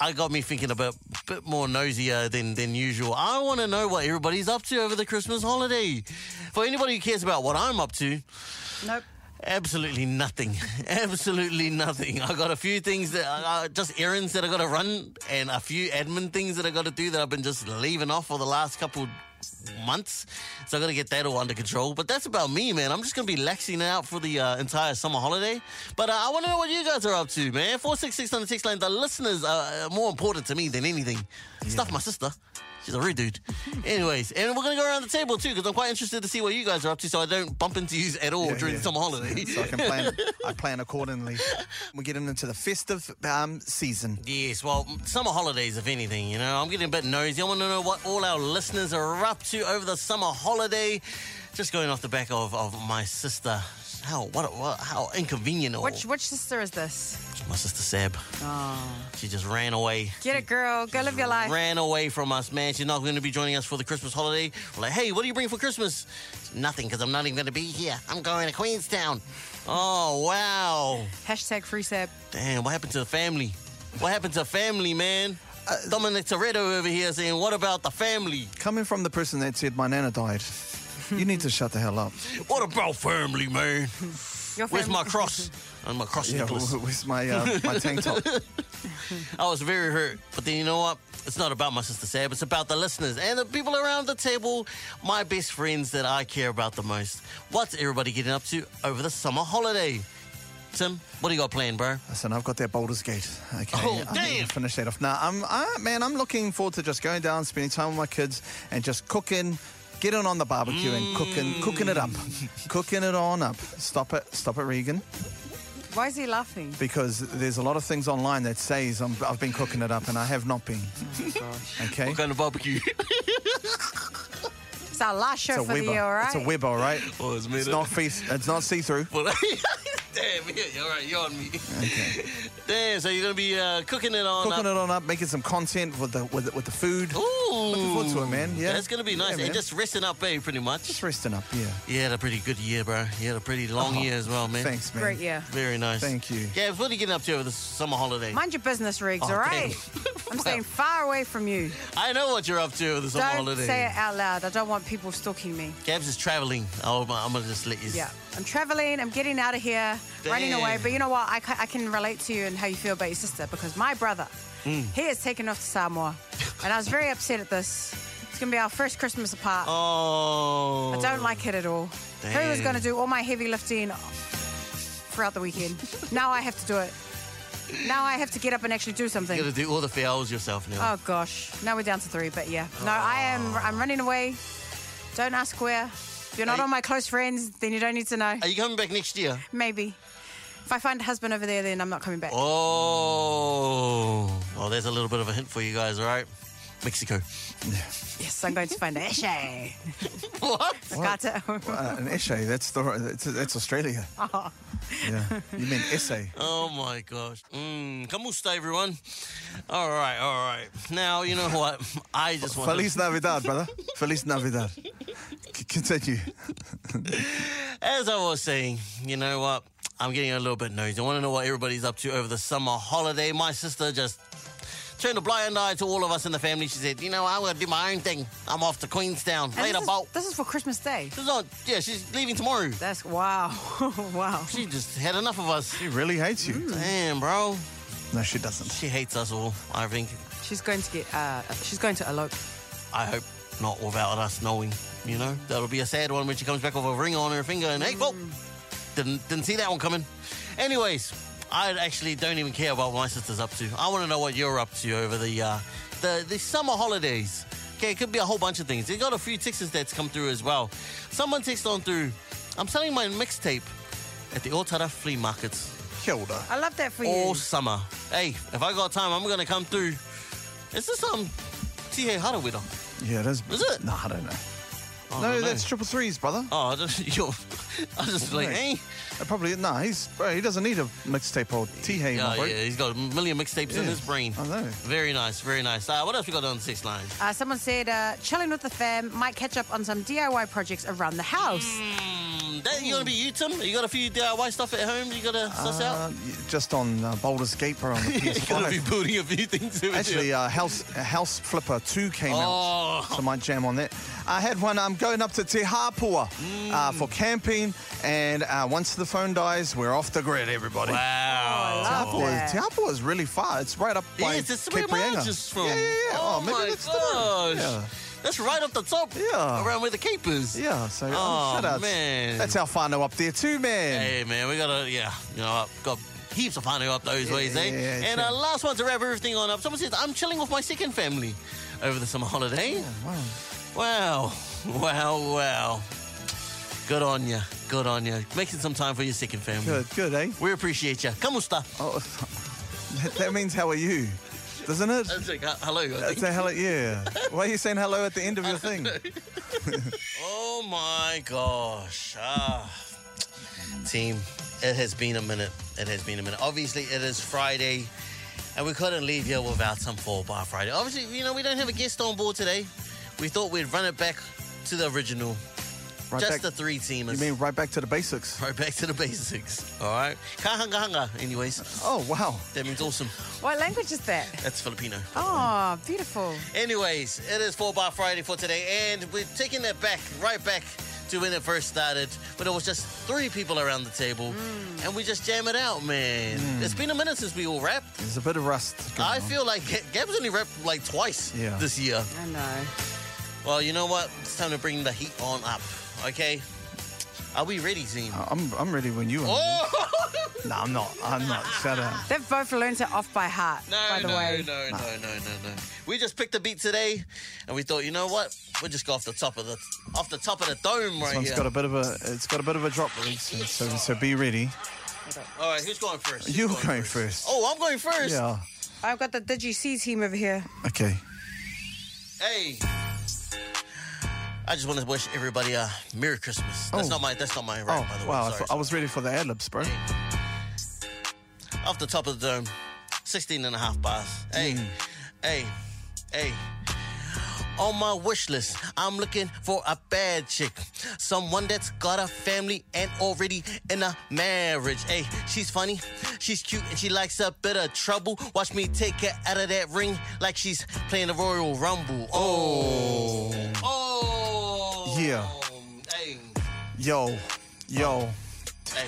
D: I got me thinking about a bit more nosier than, than usual. I want to know what everybody's up to over the Christmas holiday. For anybody who cares about what I'm up to,
B: Nope.
D: Absolutely nothing. Absolutely nothing. I got a few things that I, I, just errands that I got to run, and a few admin things that I got to do that I've been just leaving off for the last couple months. So I got to get that all under control. But that's about me, man. I'm just gonna be laxing out for the uh, entire summer holiday. But uh, I want to know what you guys are up to, man. Four six six on the text line. The listeners are uh, more important to me than anything. Stuff my sister. She's a rude dude. Anyways, and we're gonna go around the table too because I'm quite interested to see what you guys are up to, so I don't bump into you at all
C: Yeah,
D: during
C: yeah.
D: the summer holiday.
C: So I can plan. I plan accordingly. We're getting into the festive um, season.
D: Yes, well, summer holidays, if anything, you know. I'm getting a bit nosy. I want to know what all our listeners are up to over the summer holiday. Just going off the back of, of my sister. How what, what how inconvenient! or-
B: Which which sister is this?
D: my sister Seb. She just ran away.
B: Get it, girl. Go live your life.
D: Ran away from us, man. She's not going to be joining us for the Christmas holiday. We're like, hey, what do you bring for Christmas? Nothing, because I'm not even going to be here. I'm going to Queenstown. Oh wow!
B: Hashtag free sab.
D: Damn, what happened to the family? What happened to family, man? Dominic Toretto over here saying, what about the family?
C: Coming from the person that said my nana died, you need to shut the hell up.
D: What about family, man?
B: Your
D: Where's
B: fam-
D: my cross? And my cross
C: Yeah,
D: necklace.
C: w- where's my uh, my tank top?
D: I was very hurt. But then you know what? It's not about my sister Sab, it's about the listeners and the people around the table, my best friends that I care about the most. What's everybody getting up to over the summer holiday? Tim, what do you got planned, bro?
C: Listen, I've got that Boulder's Gate. Okay,
D: Oh,
C: I
D: damn.
C: need to finish that off. Now, I'm I, man, I'm looking forward to just going down, spending time with my kids, and just cooking, getting on the barbecue and cooking, cooking it up,
D: Mm.
C: cooking it on up. Stop it, stop it, Regan,
B: Why is he laughing?
C: because there's a lot of things online that says I'm, I've been cooking it up, and I have not been. Okay,
D: What kind of barbecue?
B: It's our last show
C: it's a
B: for the
C: Weber.
B: year, all right?
C: It's a Weber, all right?
D: oh, it's me.
C: It's not fee- It's not see through.
D: Well, Damn, yeah, you're right, you're on me. Damn, so you're gonna be uh, cooking it on.
C: Cooking
D: up.
C: it on up, making some content with the with the, with the food.
D: Ooh,
C: Looking forward to it, man. Yeah,
D: that's gonna be nice.
C: Yeah, man.
D: and just resting up, eh, pretty much.
C: just resting up. Yeah,
D: You had a pretty good year, bro. You had a pretty long year as well, man.
C: thanks, man.
B: Great year.
D: Very nice.
C: Thank you.
D: Gabs, what are you getting up to over the summer holiday?
B: Mind your business, Riggs,
D: Oh,
B: all right?
D: damn.
B: I'm staying far away from you.
D: I know what you're up to over the summer
B: Don't
D: holiday.
B: say it out loud. I don't want people stalking me.
D: Gabs is traveling. Oh, my- I'm gonna just let you.
B: Yeah. I'm traveling. I'm getting out of here, running
D: Damn.
B: away. But you know what? I, ca- I can relate to you and how you feel about your
C: Hmm.
B: sister because my brother, he has taken off to Samoa. And I was very upset at this. It's going to be our first Christmas apart.
D: Oh.
B: I don't like it at all. Who was
D: Damn.
B: going to do all my heavy lifting throughout the weekend? now I have to do it. Now I have to get up and actually do something.
D: You gotta do all the fouls yourself now.
B: Oh gosh, now we're down to three. But yeah, no, I am.
D: Ah.
B: I'm running away. Don't ask where. If you're not
D: Are-
B: on my close friends, then you don't need to know.
D: Are you coming back next year?
B: Maybe. If I find a husband over there, then I'm not coming back.
D: Oh. Well, there's a little bit of a hint for you guys, all right? Mexico.
B: Yes, I'm going to find a Shay.
D: What?
B: Got it.
C: Uh, an essay. That's the that's, that's Australia.
B: Oh.
C: Yeah, you mean essay?
D: Oh my gosh. Mm, kamusta, everyone? All right, all right. Now, you know what? I just want
C: Feliz Navidad, brother. Feliz Navidad. C- continue.
D: As I was saying, you know what? I'm getting a little bit nosy. I want to know what everybody's up to over the summer holiday. My sister just turned a blind eye to all of us in the family. She said, you know, I'm going to do my own thing. I'm off to Queenstown.
B: And
D: Later,
B: this,
D: bolt.
B: is, this is for Christmas Day.
D: She's not, yeah, she's leaving tomorrow.
B: That's wow, wow.
D: She just had enough of us.
C: She really hates
D: Mm.
C: you.
D: Damn, bro.
C: No, she doesn't.
D: She hates us all, I think.
B: She's going to get. Uh, she's going to elope.
D: I hope not without us knowing, you know? That'll be a sad one when she comes back with a ring on her finger and, hey, well, didn't, didn't see that one coming. Anyways, I actually don't even care about what my sister's up to. I want to know what you're up to over the, uh, the, the summer holidays. Okay, it could be a whole bunch of things. They got a few texts that's come through as well. Someone texted on through, I'm selling my mixtape at the Otara flea markets
C: Hilda.
B: I love that for you.
D: all summer. Hey, if I got time, I'm gonna come through. Is this um T.A. Harawira?
C: Yeah, it is.
D: Is it?
C: No, I don't know.
D: Oh,
C: no,
D: I don't
C: that's
D: know.
C: triple threes, brother.
D: Oh, I just, you're, I was just like,
C: Right.
D: hey.
C: Uh, Probably no. He's bro, he doesn't need a mixtape or T hey,
D: Oh,
C: my bro.
D: yeah, he's got a million mixtapes in
C: Yeah,
D: his brain.
C: I know.
D: Very nice, very nice. Uh, what else we got on the six line?
B: Uh, someone said uh, chilling with the fam might catch up on some DIY projects around the house.
D: Mm, that, you gonna be you, Tim? You got a few DIY stuff at home you gotta suss out?
C: Uh, y- just on uh, Boulder's Gate or on the
D: you gotta be
C: PS5.
D: building a few things. over there.
C: Actually, uh, House uh, House Flipper 2 came
D: Oh.
C: out, so I might jam on that. I had one. I'm going up to Te Hapua uh,
D: Mm.
C: for camping, and uh, once the phone dies, we're off the grid, everybody.
D: wow.
C: Te
B: Love
C: Hapua,
B: that.
C: Te Hapua is really far. It's right up by
D: Yes, that's where
C: Cape
D: mine's
C: Reinga.
D: just from.
C: Yeah, yeah, yeah.
D: Oh,
C: Oh, maybe
D: my
C: that's the road.
D: gosh.
C: Yeah.
D: That's right up the top.
C: Yeah.
D: Around where the cape is.
C: Yeah, so oh,
D: Oh,
C: shout outs.
D: man.
C: That's our whānau up there too, man.
D: Hey, man, we got to, yeah, you know, I've got heaps of whānau up those ways, eh?
C: yeah,
D: and
C: true.
D: uh, last one to wrap everything on up. Someone says, I'm chilling with my second family over the summer holiday.
C: Wow.
D: Wow, wow, wow. Good on you. Good on you. Making some time for your second family.
C: Good, good, eh?
D: We appreciate you. Kamusta?
C: Oh, that, that means how are you, doesn't it?
D: That's like, uh, hello. I think.
C: That's a hello, yeah. Why are you saying hello at the end of your thing?
D: Oh my gosh. Ah. Team, it has been a minute. It has been a minute. Obviously, it is Friday, and we couldn't leave here without some 4 Bar Friday. Obviously, you know, we don't have a guest on board today. We thought we'd run it back to the original.
C: Right
D: Just
C: back,
D: the three teamers.
C: you mean right back to the basics?
D: right back to the basics. All right. Kahangahanga, anyways.
C: Oh, wow.
D: That means awesome.
B: What language is that?
D: That's Filipino.
B: Oh, beautiful.
D: Anyways, it is 4 Bar Friday for today, and we're taking it back, right back to when it first started, when it was just three people around the table, and we just jam it out, man. It's been a minute since we all rapped.
C: There's a bit of rust. going
D: I
C: on.
D: feel like Ga- Gab's only rapped like twice
C: Uh-huh. Yeah.
D: this year.
B: I know.
D: Well, you know what? It's time to bring the heat on up, okay? Are we ready, team?
C: Uh, I'm, I'm ready when you are.
D: Oh!
C: No, I'm not. I'm not. Shut up.
B: They've both learned it off by heart,
D: No,
B: by the
D: no,
B: way.
D: no, no, no, no, no. We just picked a beat today, and we thought, you know what? We'll just go off the top of the off the top of the dome right
C: This one's
D: here.
C: got a bit of a. It's got a bit of a drop. So, so, so be ready.
D: All right, who's going first?
C: You're
D: Who's
C: going first.
D: Oh, I'm going first.
C: Yeah.
B: I've got the Digi C team over here.
C: Okay.
D: Hey. I just want to wish everybody a Merry Christmas. That's
C: Oh.
D: not my that's not my rap,
C: Oh
D: by the way.
C: wow! I,
D: Sorry.
C: thought- I was ready for the ad libs, bro.
D: Off the top of the dome, 16 and a half bars. Hey, hey, hey. On my wish list, I'm looking for a bad chick. Someone that's got a family and already in a marriage. Hey, she's funny, she's cute, and she likes a bit of trouble. Watch me take her out of that ring like she's playing the Royal Rumble. Oh. Oh.
C: Yeah.
D: Hey,
C: Yo, yo.
D: hey.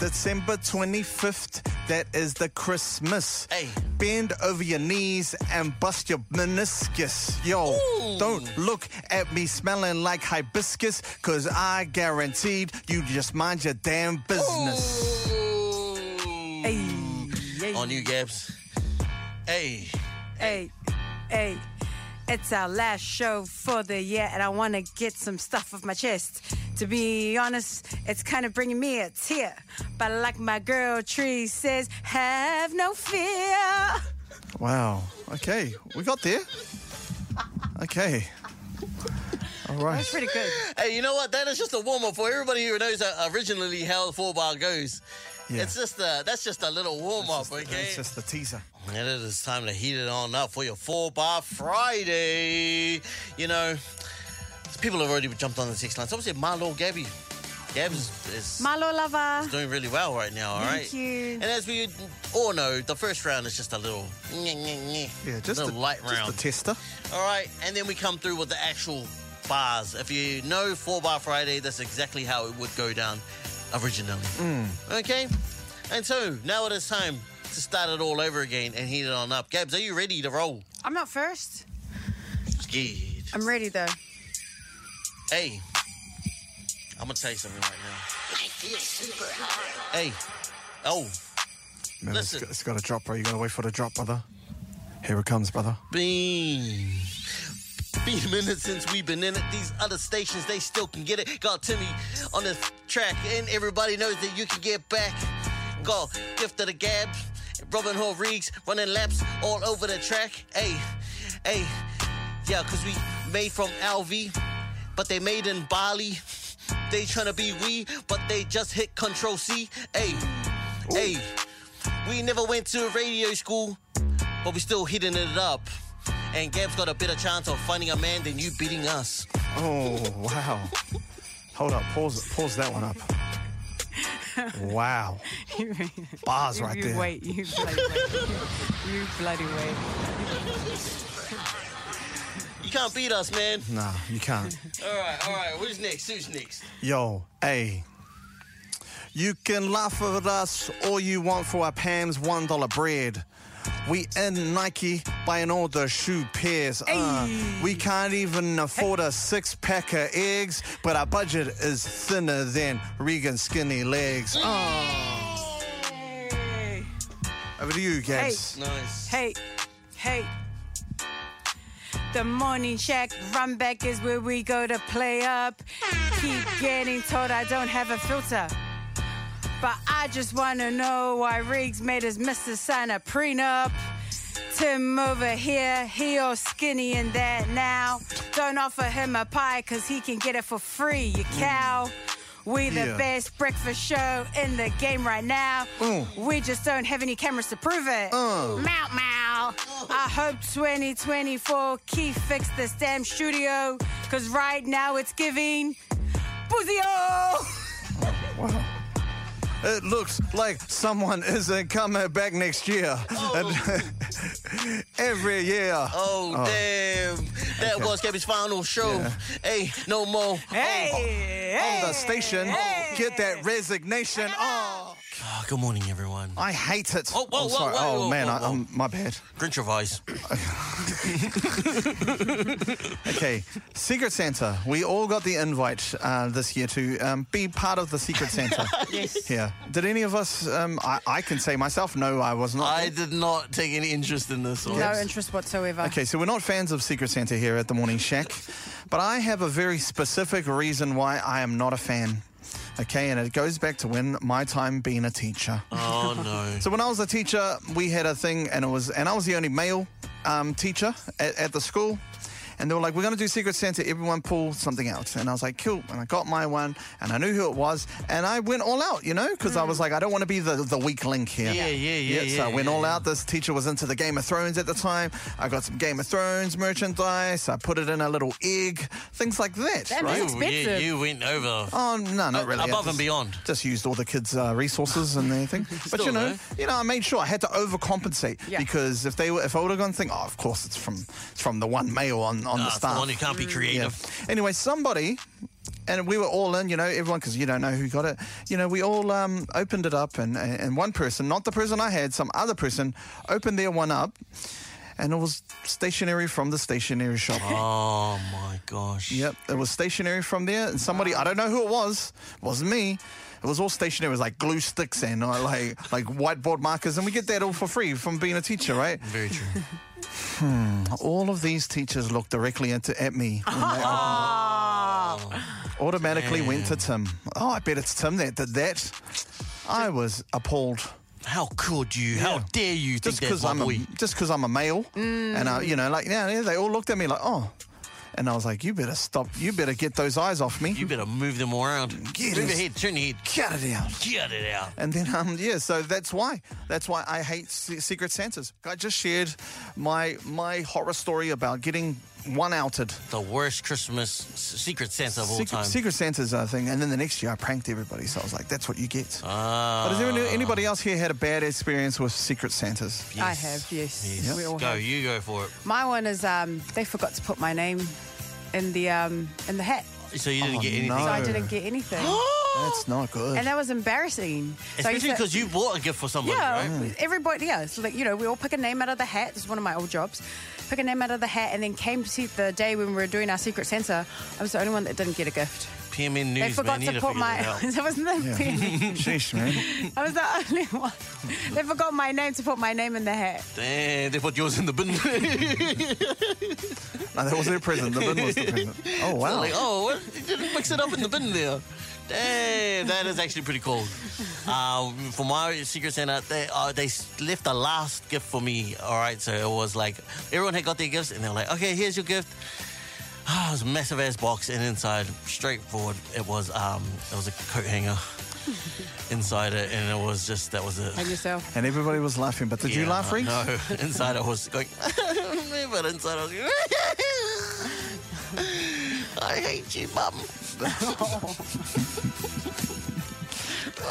C: December 25th. That is the Christmas.
D: Hey.
C: Bend over your knees and bust your meniscus. Yo,
D: Ooh.
C: don't look at me smelling like hibiscus, because I guaranteed you just mind your damn business.
B: Hey,
D: On you, Gabs. Hey.
B: hey, hey. It's our last show for the year, and I want to get some stuff off my chest. To be honest, it's kind of bringing me a tear. But like my girl Tree says, have no fear.
C: Wow. Okay, we got there. Okay. All right.
B: Pretty good.
D: Hey, you know what? That is just a warm up for everybody who knows uh, originally how the four bar goes.
C: Yeah.
D: It's just a, that's just a little warm up, okay?
C: It's just the teaser.
D: And it is time to heat it on up for your four bar Friday. You know, people have already jumped on the six lines. Obviously, Marlo Gabby. Gabs is
B: Malo lover.
D: doing really well right now, all right?
B: Thank you.
D: And as we all know, the first round is just a little, nyeh, nyeh, nyeh,
C: Yeah, just
D: little
C: the,
D: light
C: just
D: round.
C: the tester.
D: All right, and then we come through with the actual bars. If you know Four Bar Friday, that's exactly how it would go down originally. Okay, and so now it is time to start it all over again and heat it on up. Gabs, are you ready to roll?
B: I'm not first.
D: Scared.
B: I'm ready though.
D: Hey, I'm gonna tell you something right now. Hey, oh,
C: Man, it's
D: Listen.
C: got, it's got a drop, bro. You gotta wait for the drop, brother. Here it comes, brother.
D: Bean. Been a minute since we've been in it. These other stations, they still can get it. Got Timmy on the track, and everybody knows that you can get back. Got Gift of the Gabs, Robin Hood Riggs running laps all over the track. Hey, hey, yeah, because we made from LV, but they made in Bali. They tryna be we, but they just hit Control C. Hey, hey, we never went to radio school, but we still hitting it up. And Gab's got a better chance of finding a man than you beating us.
C: Oh, wow. Hold up. Pause, pause that one up. Wow. Bars right
B: you
C: there.
B: wait, you bloody wait. you, you bloody wait.
D: You can't beat us, man.
C: Nah, you can't.
D: All right, all right. Who's next? Who's next?
C: Yo, hey. You can laugh at us all you want for our Pam's $1 bread. We in Nike buying all the shoe pairs. Uh, we can't even afford a six pack of eggs, but our budget is thinner than Regan's skinny legs. Uh,
B: Hey,
C: over to you, Gabs.
D: Nice.
B: hey, hey. The morning shack run back is where we go to play up. Keep getting told I don't have a filter. But I just wanna know why Riggs made his missus sign a prenup. Tim over here, he all skinny in that now. Don't offer him a pie, cause he can get it for free, you cow. We the
C: Yeah.
B: best breakfast show in the game right now.
C: Mm. Oh.
B: We just don't have any cameras to prove it. Mow mow. I hope 2024 Key fix this damn studio, cause right now it's giving Buzio!
C: Wow. It looks like someone isn't coming back next year. And- Every year.
D: Oh, damn. That was Gabby's final show. Hey, no more.
B: Hey,
C: on the station. Get that resignation. Oh,
D: Ah, good morning, everyone.
C: I hate it.
D: Oh, whoa,
C: I'm
D: whoa,
C: sorry.
D: whoa,
C: oh
D: whoa,
C: man,
D: whoa,
C: I, I'm, my bad.
D: Grinch of Eyes.
C: Okay, Secret Santa. We all got the invite uh, this year to um, be part of the Secret Santa. yes. Here, did any of us? Um, I, I can say myself. No, I was not.
D: I did not take any interest in this one.
B: No interest whatsoever.
C: Okay, so we're not fans of Secret Santa here at the Morning Shack, but I have a very specific reason why I am not a fan. Okay, and it goes back to when my time being a teacher.
D: Oh, no.
C: So when I was a teacher, we had a thing, and it was, and I was the only male um, teacher at, at the school. And they were like, "We're going to do Secret Santa. Everyone pull something out." And I was like, "Cool." And I got my one, and I knew who it was, and I went all out, you know, because I was like, "I don't want to be the, the weak link here."
D: Hmm. Yeah, yeah, yeah,
C: so I
D: yeah,
C: went
D: yeah,
C: all
D: yeah.
C: out. This teacher was into the Game of Thrones at the time. I got some Game of Thrones merchandise. I put it in a little egg, things like that.
B: That
C: right?
B: is
D: You, you,
B: expensive.
D: you went over.
C: Oh no, not
D: Uh,
C: really. I
D: above and beyond.
C: Just used all the kids' uh, resources and everything. but
D: Still,
C: you know,
D: though.
C: you know, I made sure I had to overcompensate
B: Yeah.
C: because if they were, if I would have gone, think, oh, of course it's from it's from the one male on on the
D: Ah, it's the
C: staff. Mm,
D: one who can't be
C: yeah.
D: creative.
C: Anyway, somebody and we were all in, you know, everyone, because you don't know who got it. You know, we all um, opened it up, and, and one person, not the person I had, some other person, opened their one up, and it was stationery from the stationery shop.
D: Oh my gosh.
C: Yep, it was stationery from there, and somebody I don't know who it was, it wasn't me. It was all stationery. It was like glue sticks and uh, like like whiteboard markers, and we get that all for free from being a teacher, right?
D: Very true.
C: All of these teachers looked directly into, at me. when they opened it.
D: Oh.
C: Automatically went to Tim. Oh, I bet it's Tim that did that. I was appalled.
D: How could you? How
C: Yeah.
D: dare you Mm. think
C: Just
D: that,
C: because I'm a,
D: Bobby?
C: just 'cause I'm a male, and I, you know, like yeah, yeah, they all looked at me like oh, and I was like, you better stop, you better get those eyes off me,
D: You better move them around.
C: Get it.
D: move your head, turn your head.
C: get it out.
D: Get it out.
C: And then, um, yeah, so that's why. That's why I hate Se- Secret Santas. I just shared my my horror story about getting one outed.
D: The worst Christmas s- secret Santa of all
C: Secret,
D: time.
C: Secret Santa's a thing. And then the next year I pranked everybody. So I was like, that's what you get.
D: Ah,
C: but has anyone, anybody else here had a bad experience with Secret Santas?
B: I
D: yes.
B: have, yes.
D: Yes.
B: We all
D: Go,
B: have.
D: you go for
B: My one is um, they forgot to put my name in the um, in the hat,
D: it. So you didn't
C: Oh,
D: get anything.
B: so
C: no.
B: I didn't get anything,
C: That's not good.
B: and that was embarrassing. So I used
D: Especially
B: to-
D: because you bought a gift for somebody,
B: Yeah,
D: right?
B: everybody. Yeah, so like you know, we all pick a name out of the hat. This is one of my old jobs. Pick a name out of the hat, and then came to see the day when we were doing our secret Santa. I was the only one that didn't get a gift.
D: PMN News,
B: They forgot
D: man. you
B: to
D: need
B: put
D: figure
B: my.
D: that out.
B: I was the
C: Sheesh, man.
B: I was the only one. they forgot my name to put my name in the hat.
D: Damn, they put yours in the bin.
C: No, that was their present. The bin was the present. Oh, wow.
D: like, oh, what? you didn't mix it up in the bin there. Damn, that is actually pretty cool. Uh, for my Secret Santa, they uh, they s- left the last gift for me. All right, so it was like everyone had got their gifts, and they were like, okay, here's your gift. Ah, it was a massive ass box, and inside, straightforward, it was um, it was a coat hanger inside it, and it was just that was it.
B: And yourself.
C: And everybody was laughing. But did you
D: Yeah,
C: laugh, Reeks?
D: No, inside I was going, but inside I was going, I hate you, mum.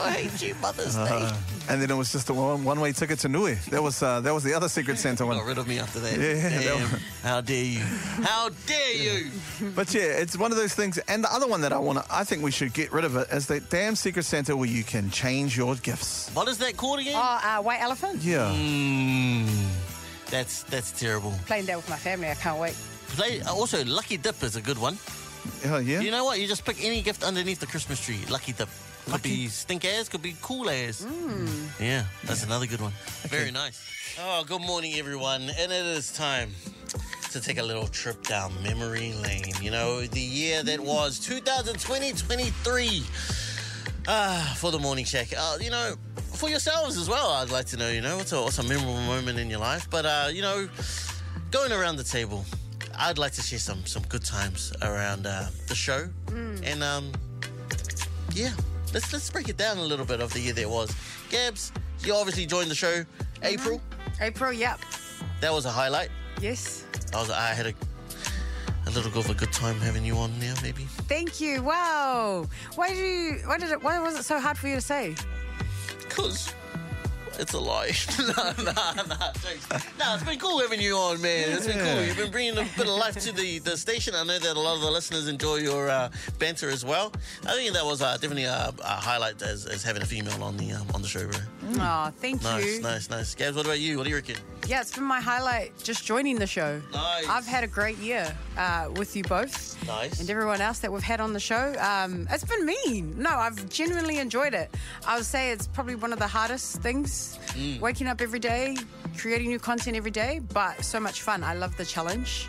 D: I hate you, Mother's
C: Uh.
D: Day.
C: And then it was just a one, one-way ticket to Nui. That was uh, that was the other Secret Santa one.
D: Got rid of me after that.
C: Yeah, that
D: Damn.
C: one.
D: How dare you? How dare you?
C: But yeah, it's one of those things. And the other one that I want to, I think we should get rid of it is that damn Secret Santa where you can change your gifts.
D: What is that called again?
B: Oh, uh, white elephant.
C: Yeah.
D: Mm, that's that's terrible.
B: Playing that with my family. I can't wait.
D: Play, also, Lucky Dip is a good one.
C: Oh, yeah.
D: You know what? You just pick any gift underneath the Christmas tree. Lucky dip. Could
C: Lucky- Mm.
D: be stink ass, could be cool ass. Yeah, that's another good one. Very nice. Oh, good morning, everyone. And it is time to take a little trip down memory lane. You know, the year that was 2020 23. Ah, for the morning check. Uh, you know, for yourselves as well, I'd like to know, you know, what's a, what's a memorable moment in your life? But, uh, you know, going around the table, I'd like to share some some good times around uh, the show, and um, yeah, let's let's break it down a little bit of the year that was. Gabs, you obviously joined the show April.
B: April. Yep.
D: That was a highlight.
B: Yes.
D: I was I had a a little bit of a good time having you on there, maybe.
B: Thank you. Wow. Why do you? Why did it? Why was it so hard for you to say?
D: Cause it's a lie. no, no, no, jokes. No, it's been cool having you on, man. It's been cool. You've been bringing a bit of life to the, the station. I know that a lot of the listeners enjoy your uh, banter as well. I think that was uh, definitely a, a highlight as, as having a female on the um, on the show, bro.
B: Oh, thank
D: Nice,
B: you.
D: nice, nice. Gabs, what about you? What do you reckon?
B: Yeah, it's been my highlight just joining the show.
D: Nice.
B: I've had a great year uh, with you both
D: Nice.
B: and everyone else that we've had on the show. Um, it's been mean. No, I've genuinely enjoyed it. I would say it's probably one of the hardest things
D: Mm.
B: waking up every day, creating new content every day, but so much fun. I love the challenge.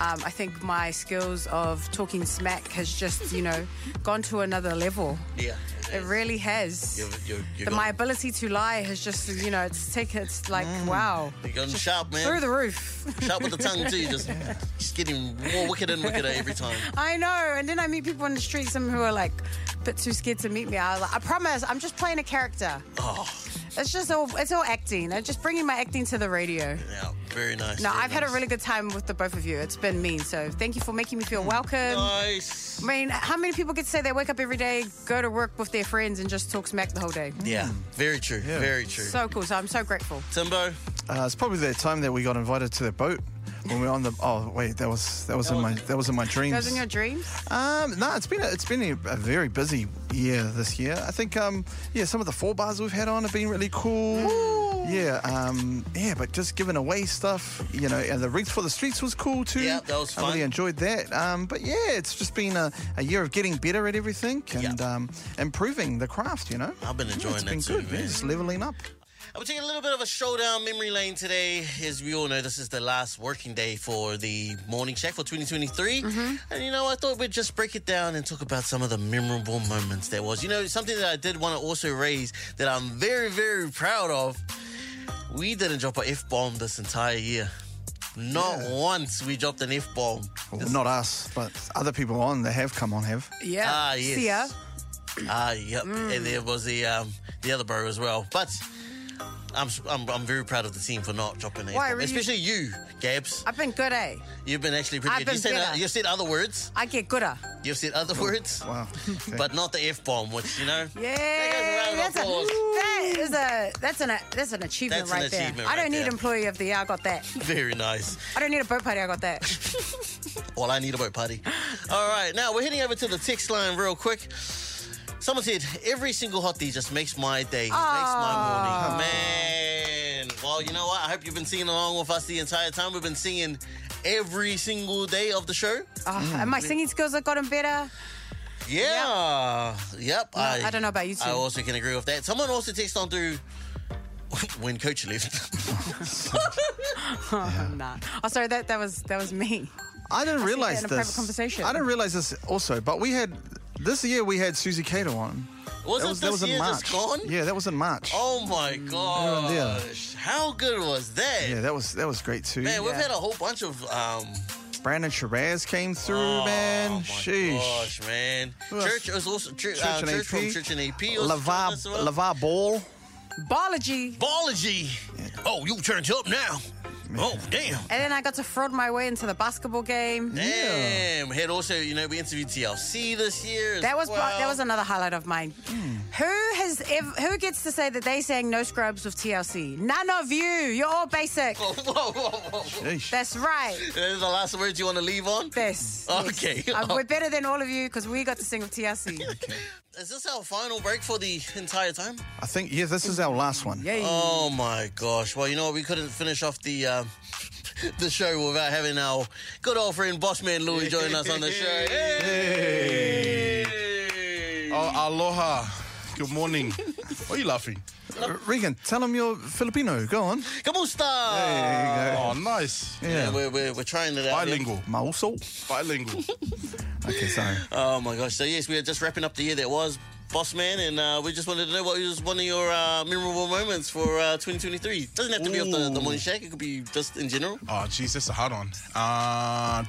B: Um, I think my skills of talking smack has just, you know, gone to another level.
D: Yeah.
B: It really has.
D: You've- you've- you've
B: The- my
D: gone- Mm.
B: ability to lie has just, you know, it's taken, it's like, wow.
D: You're going sharp, man.
B: Through the roof.
D: Sharp with the tongue, too. Just, just getting more wicked and wickeder every time.
B: I know. And then I meet people in the street, some who are like a bit too scared to meet me. I was like, I promise, I'm just playing a character.
D: Oh,
B: It's just all it's all acting. I'm just bringing my acting to the radio.
D: yeah. Very nice.
B: No,
D: very
B: I've had a
D: nice.
B: really good time with the both of you. It's been mean. So thank you for making me feel welcome.
D: Nice.
B: I mean, how many people get to say they wake up every day, go to work with their friends, and just talk smack the whole day?
D: Yeah, very true. Very true.
B: So cool. So I'm so grateful.
D: Timbo,
C: Uh, it's probably the time that we got invited to the boat when we were on the. Oh wait, that was that was in my that was in my dreams.
B: Those in your dreams?
C: Um, no, it's been a, it's been a, a very busy year this year. I think um, yeah, some of the four bars we've had on have been really cool. Yeah, um, yeah, but just giving away stuff, you know, and the Reeds for the Streets was cool too.
D: Yeah, that was
C: I really
D: fun.
C: enjoyed that. Um, but yeah, it's just been a, a year of getting better at everything and
D: Yeah.
C: um, improving the craft. You know,
D: I've been enjoying
C: it's
D: that
C: been
D: too,
C: good.
D: man.
C: Yeah, just leveling up.
D: And We're taking a little bit of a showdown memory lane today. As we all know, this is the last working day for the morning check for 2023. And you know, I thought we'd just break it down and talk about some of the memorable moments there was. You know, something that I did want to also raise that I'm very, very proud of. We didn't drop an F bomb this entire year. Not once we dropped an F bomb.
C: Well, not us, but other people on that have come on have.
B: Yeah. Mm.
D: Ah, yes.
B: See ya.
D: Ah, yep. And there was the um, the other bro as well. But I'm, I'm I'm very proud of the team for not dropping it.
B: Why were you-
D: Especially you, Gabs.
B: I've been good, eh?
D: You've been actually pretty
B: I've
D: good. You
B: been
D: said, uh,
B: better.
D: you've said other words.
B: I get gooder.
D: You've said other words.
C: Wow. Okay.
D: But not the F bomb, which, you know.
B: Yeah,
D: That goes a round of
B: that's a,
D: applause.
B: that is a that's an that's an achievement
D: That's an
B: right there.
D: achievement
B: I don't
D: right
B: need
D: there.
B: employee of the year. I got that.
D: Very nice.
B: I don't need a boat party. I got that.
D: All I need about party. All right, now we're heading over to the text line real quick. Someone said, every single hottie just makes my day, makes my
B: Ah.
D: morning. Man. Well, you know what? I hope you've been singing along with us the entire time. We've been singing every single day of the show.
B: Oh,
D: Mm.
B: and my singing skills have gotten better.
D: Yeah. Yep.
B: I don't know about you two.
D: I also can agree with that. Someone also texted on through when coach left.
B: Oh, nah. oh sorry, that, that was that was me.
C: I didn't realize
B: in a
C: this.
B: private conversation.
C: I didn't realize this also, but we had this year we had Susie Cato on.
D: Was
C: that
D: it
C: was
D: this
C: that was
D: year
C: in March.
D: just gone?
C: Yeah, that was in March.
D: Oh my
C: yeah.
D: gosh. How good was that?
C: Yeah, that was that was great too.
D: Man, we've
B: Yeah.
D: had a whole bunch of um
C: Brandon Shiraz came through,
D: oh
C: man.
D: my
C: Sheesh.
D: gosh, man.
C: Who else?
D: Church was also church,
C: Church
D: uh,
C: and
D: church
C: AP.
D: from Church and AP also joined us
C: Lavar
D: as well.
C: Lavar Ball.
B: Biology.
D: Biology. Oh, you turned up now. Oh, damn.
B: And then I got to fraud my way into the basketball game.
D: Damn. Had also, you know, we interviewed TLC this year. as
B: That was
D: well. Hmm.
B: that was another highlight of mine. Who has ev- who gets to say that they sang no scrubs with TLC? None of you. You're all basic.
D: Whoa, whoa, whoa, whoa.
C: Sheesh.
B: That's right.
D: Those are the last words you want to leave on?
B: This.
D: Okay.
B: Uh, we're better than all of you because we got to sing with TLC.
D: Is this our final break for the entire time?
C: I think yeah, this is our last one.
B: Yay.
D: Oh my gosh! Well, you know what? we couldn't finish off the um, the show without having our good old friend Bossman Louis join us on the show. Hey.
E: Oh, aloha. Good morning. Why are you laughing?
C: Uh, Regan, tell him you're Filipino. Go on.
D: Kamusta?
C: There you go.
E: Oh, nice.
D: Yeah,
C: Yeah.
D: we're, we're, we're trying it out.
E: Bilingual.
C: Mauso.
E: Bilingual.
C: Okay, sorry.
D: Oh my gosh! So yes, we are just wrapping up the year that was. Bossman, and uh, we just wanted to know what was one of your uh, memorable moments for uh, 2023. Doesn't have to be off the, the morning shack; it could be just in general.
E: Oh, jeez, that's a hard one. Uh,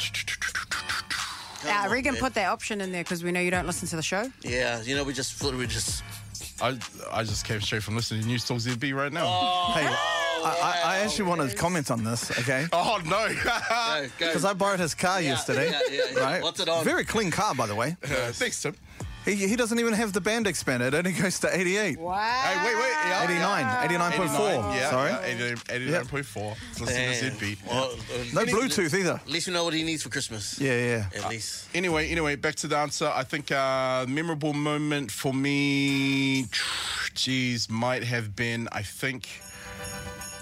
B: Uh,
D: on,
B: Regan
D: man.
B: put that option in there because we know you don't listen to the show.
D: Yeah, you know, we just flew, we just
E: I, I just came straight from listening to News Talk ZB right now.
C: Hey,
D: Oh,
C: I, I, I actually want to comment on this, okay?
E: Oh, no.
D: go, go.
C: Because I borrowed his car yesterday.
D: yeah, yeah, yeah.
C: Right?
D: What's it on?
C: Very clean car, by the way.
E: Thanks, Tim.
C: He, he doesn't even have the band expander. It only goes to 88.
B: Wow.
E: Hey, wait, wait. Yeah,
C: 89. 89.4.
E: 89, yeah,
C: Sorry.
E: Yeah, 89.4. Listen
D: Damn.
E: to ZB.
D: Well, uh,
C: No
D: at least-
C: Bluetooth either.
D: At least we know what he needs for Christmas.
C: Yeah, yeah.
D: At least.
E: Anyway, anyway, back to the answer. I think uh memorable moment for me, geez, might have been, I think,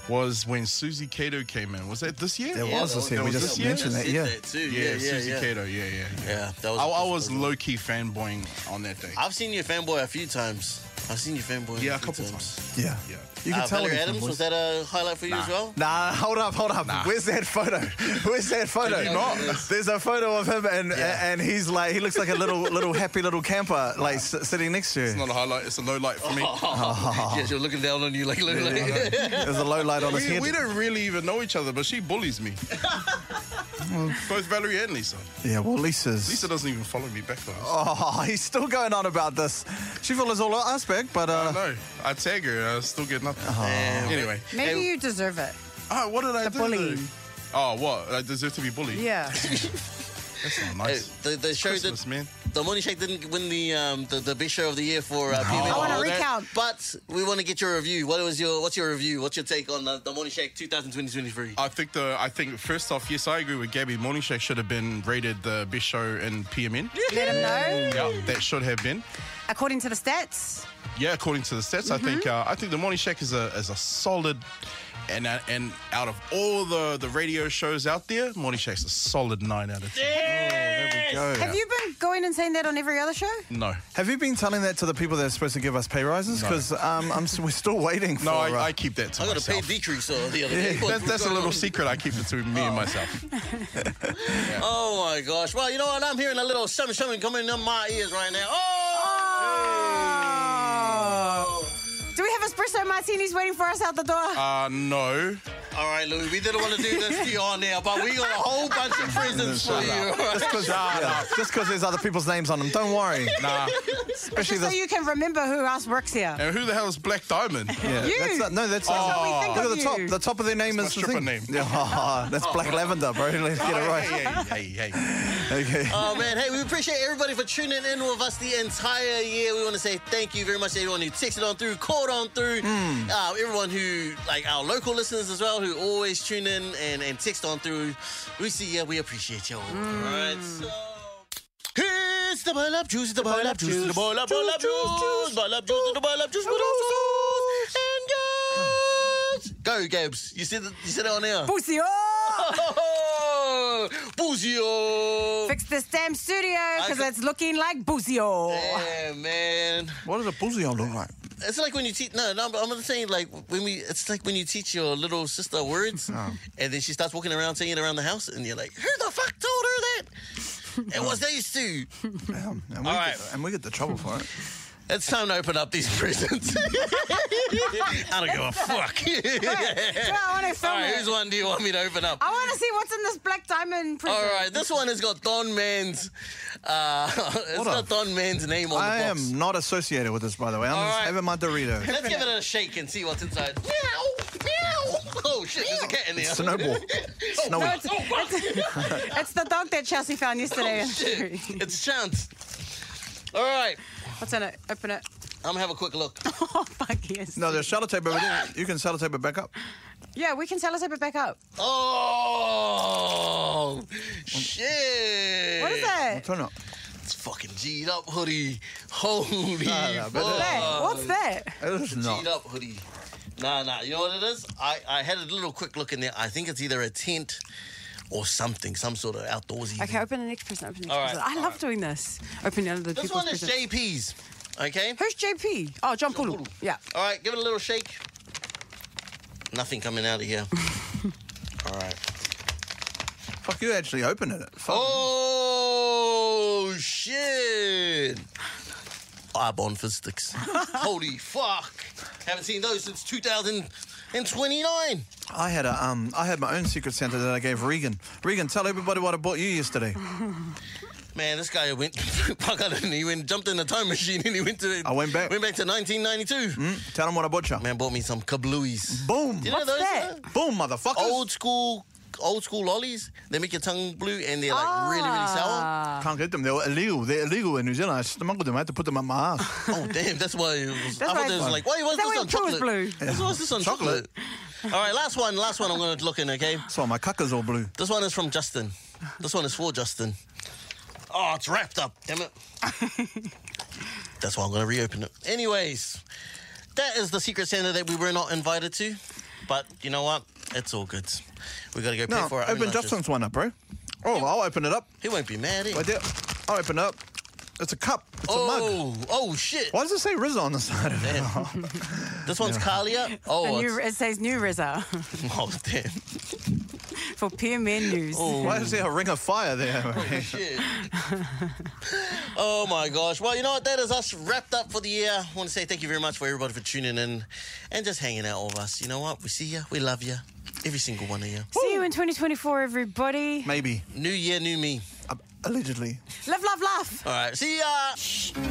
E: was when Susie Cato came in. Was that this year?
C: There
D: Yeah,
C: was this
D: that
C: here. We
E: was
C: just
E: this year?
C: mentioned that.
D: said
C: Yeah.
D: too.
E: Yeah,
D: Yeah, yeah,
E: Susie
D: yeah.
E: Cato. Yeah, yeah. yeah.
D: Yeah, that was.
E: I, I was low key fanboying on that day.
D: I've seen you fanboy a few times. I've seen you fanboy.
E: Yeah,
D: a
E: a
D: few
E: couple
D: times.
C: Yeah.
E: Yeah.
C: You can
D: Uh,
C: tell
D: Valerie
C: him.
D: Adams was that a highlight for you as well?
C: Nah, hold up, hold up. Where's that photo? Where's that photo?
D: Did you not?
C: There's a photo of him, and
D: Yeah.
C: and he's like, he looks like a little little happy little camper, like s- sitting next to you.
E: It's not a highlight, it's a low light for me.
D: Oh.
E: Oh.
D: Yes, you're looking down on you like. like,
C: There's a low light on his
E: We,
C: head.
E: we don't really even know each other, but she bullies me. Both Valerie and Lisa.
C: Yeah, well, Lisa's.
E: Lisa doesn't even follow me back though.
C: Oh, he's still going on about this. She follows all us back, but uh,
E: No, I tag her and I still get nothing.
D: Uh-huh. Damn.
E: Anyway.
B: Maybe you deserve it.
E: Oh, what did I
B: The
E: do?
B: bullying.
E: Oh, what? I deserve to be bullied?
B: Yeah.
E: That's not
D: Uh,
E: nice.
D: the, the show
E: Christmas,
D: did
E: man.
D: The Morning Shake didn't win the um, the, the best show of the year for uh, PMA.
B: I want a
D: Awards.
B: recount.
D: But we want to get your review. What was your what's your review? What's your take on the, the Morning Shake 2023?
E: I think the I think first off, yes, I agree with Gabby. Morning Shake should have been rated the best show in PMN.
B: Let him know.
E: Yeah, that should have been.
B: According to the stats,
E: Yeah, according to the stats, I think
B: Mm-hmm.
E: uh, I think the Morning Shack is a is a solid, and uh, and out of all the the radio shows out there, Morning Shack's a solid nine out of ten.
C: Go.
B: have you been going and saying that on every other show?
E: No,
C: Have you been telling that to the people that are supposed to give us pay rises? Because um, I'm s- we're still waiting for.
E: no, I,
C: uh,
E: I keep that to
D: I got a
E: myself.
D: pay decrease uh, the other day.
E: That's, that's a little secret. I keep it to me and myself.
D: Oh my gosh! Well, you know what? I'm hearing a little something, something coming in my ears right now. Oh!
B: Do we have espresso martinis waiting for us out the door?
E: Uh, no,
D: All right, Louis, we didn't want to do this to you on there, but we got a whole bunch of presents for you. all right?
C: just because there's other people's names on them. Don't worry.
E: nah.
C: Especially
B: Just so
C: this.
B: you can remember who else works here.
E: And who the hell is Black Diamond?
C: yeah,
B: You.
C: That's not, no, that's
B: That's what we think
C: Look
B: of
C: at the top.
B: you.
C: The top of their name
E: That's
C: is the
E: my stripper
C: thing.
E: name.
C: Yeah, that's Black Lavender, bro. Let's
E: Oh,
C: get it right.
E: Hey, hey, hey, hey.
C: Okay.
D: Oh man, hey, we appreciate everybody for tuning in with us the entire year. We want to say thank you very much to everyone who texted on through, called on through, uh, everyone who, like our local listeners as well, who always tune in and, and text on through. We see ya, we appreciate y'all. All right, so. It's the boil up juice, the boil up juice, the boil up, boil up juice, boil up juice, the boil up juice, boil up juice, and Gabs. Go, Gabs. You said it, you said it on air.
B: Busio!
D: Oh, Buzio.
B: Fix this damn studio because
D: I-
B: it's looking like Busio.
D: Yeah, man.
C: What does a bullion look like?
D: It's like when you teach. No, no, I'm not saying like when we. It's like when you teach your little sister words,
C: Oh.
D: and then she starts walking around saying it around the house, and you're like, "Who the fuck told her that?" It was these two.
C: Damn. And we,
D: All
C: get,
D: right.
C: and we get the trouble for it.
D: It's time to open up these presents. I don't give a fuck.
B: So I want to
D: All
B: film
D: right,
B: it.
D: whose one do you want me to open up?
B: I want to see what's in this black diamond present.
D: All right, this one has got Don Man's. Uh, it's
C: What
D: got
C: a-
D: Don Man's name on
C: I
D: the box.
C: am not associated with this, by the way. I'm
D: All
C: just
D: right.
C: having my Dorito.
D: Let's give it a shake and see what's inside. Meow, meow. Oh shit, there's a cat in there.
C: Snowball. Snowy.
B: It's, it's- it's the dog that Chelsea found yesterday.
D: Oh, shit. It's chance. All right,
B: What's in it? Open it.
D: I'm gonna have a quick look.
B: Oh, fuck yes.
C: No, there's sellotape over there. You can sellotape it back up.
B: Yeah, we can sellotape it back up.
D: Oh shit!
B: What
C: I'll
B: is that?
C: turn it. up.
D: It's fucking G'd up hoodie. Holy
C: Nah, nah, but
D: fuck.
B: That? What's that?
C: It is
D: G'd
C: not.
D: up hoodie. Nah, nah. You know what it is? I I had a little quick look in there. I think it's either a tent or something, some sort of outdoorsy.
B: Okay, open the next present. Open the next
D: All right,
B: present. I
D: all
B: love doing this. Opening other
D: This
B: people's
D: one is
B: presents.
D: JP's. Okay.
B: Who's JP? Oh, John Pulu. Yeah.
D: All right, give it a little shake. Nothing coming out of here. All right.
C: Fuck, you actually opened it. Fuck.
D: Oh shit! Eyebon for sticks. Holy fuck! Haven't seen those since 2029.
C: I had a um, I had my own secret Santa that I gave Regan. Regan, tell everybody what I bought you yesterday.
D: Man, this guy went fuck out and he went jumped in the time machine and he went to
C: I went back. Mm.
D: went back to 1992.
C: Tell them what I bought you.
D: Man bought me some kablooies.
C: Boom,
D: You know those?
B: that?
D: uh,
C: boom, motherfuckers.
D: Old school, old school lollies. They make your tongue blue and they're like really really sour.
C: Can't get them. They were illegal. They're illegal in New Zealand. I smuggled them. I had to put them up my ass.
D: Oh damn, that's why it was.
B: That's
D: I thought
B: why-
D: it was like, why was
B: Is that
D: this
B: why
D: on
B: the pool
D: chocolate?
B: is blue?
D: That's why is this on chocolate?
C: Chocolate.
D: All right, last one, last one. I'm gonna look in. Okay,
C: so my cuckers all blue.
D: this one is from Justin. This one is for Justin. Oh, it's wrapped up. Damn it. that's why I'm gonna reopen it. Anyways, that is the secret Santa that we were not invited to, but you know what? It's all good. We gotta go pay
C: No,
D: for our own
C: open
D: lunches.
C: Justin's one up, bro. Oh, I'll open it up.
D: He won't be mad. Eh?
C: Right there. I'll open it up. It's a cup. It's a mug.
D: Oh, oh shit!
C: Why does it say Riz on the side of it?
D: This one's Kalia. Oh,
B: A new,
D: it's,
B: it says new Reza
D: oh damn!
B: for PMN News.
D: Oh.
C: Why is there a ring of fire there? bro?
D: Shit. oh my gosh. Well, you know what? That is us wrapped up for the year. I want to say thank you very much for everybody for tuning in and just hanging out with us. You know what? We see you. We love you. Every single one of you.
B: See you in 2024, everybody.
C: Maybe.
D: New year, new me.
C: Uh, allegedly.
B: Live, love, laugh.
D: All right. See ya.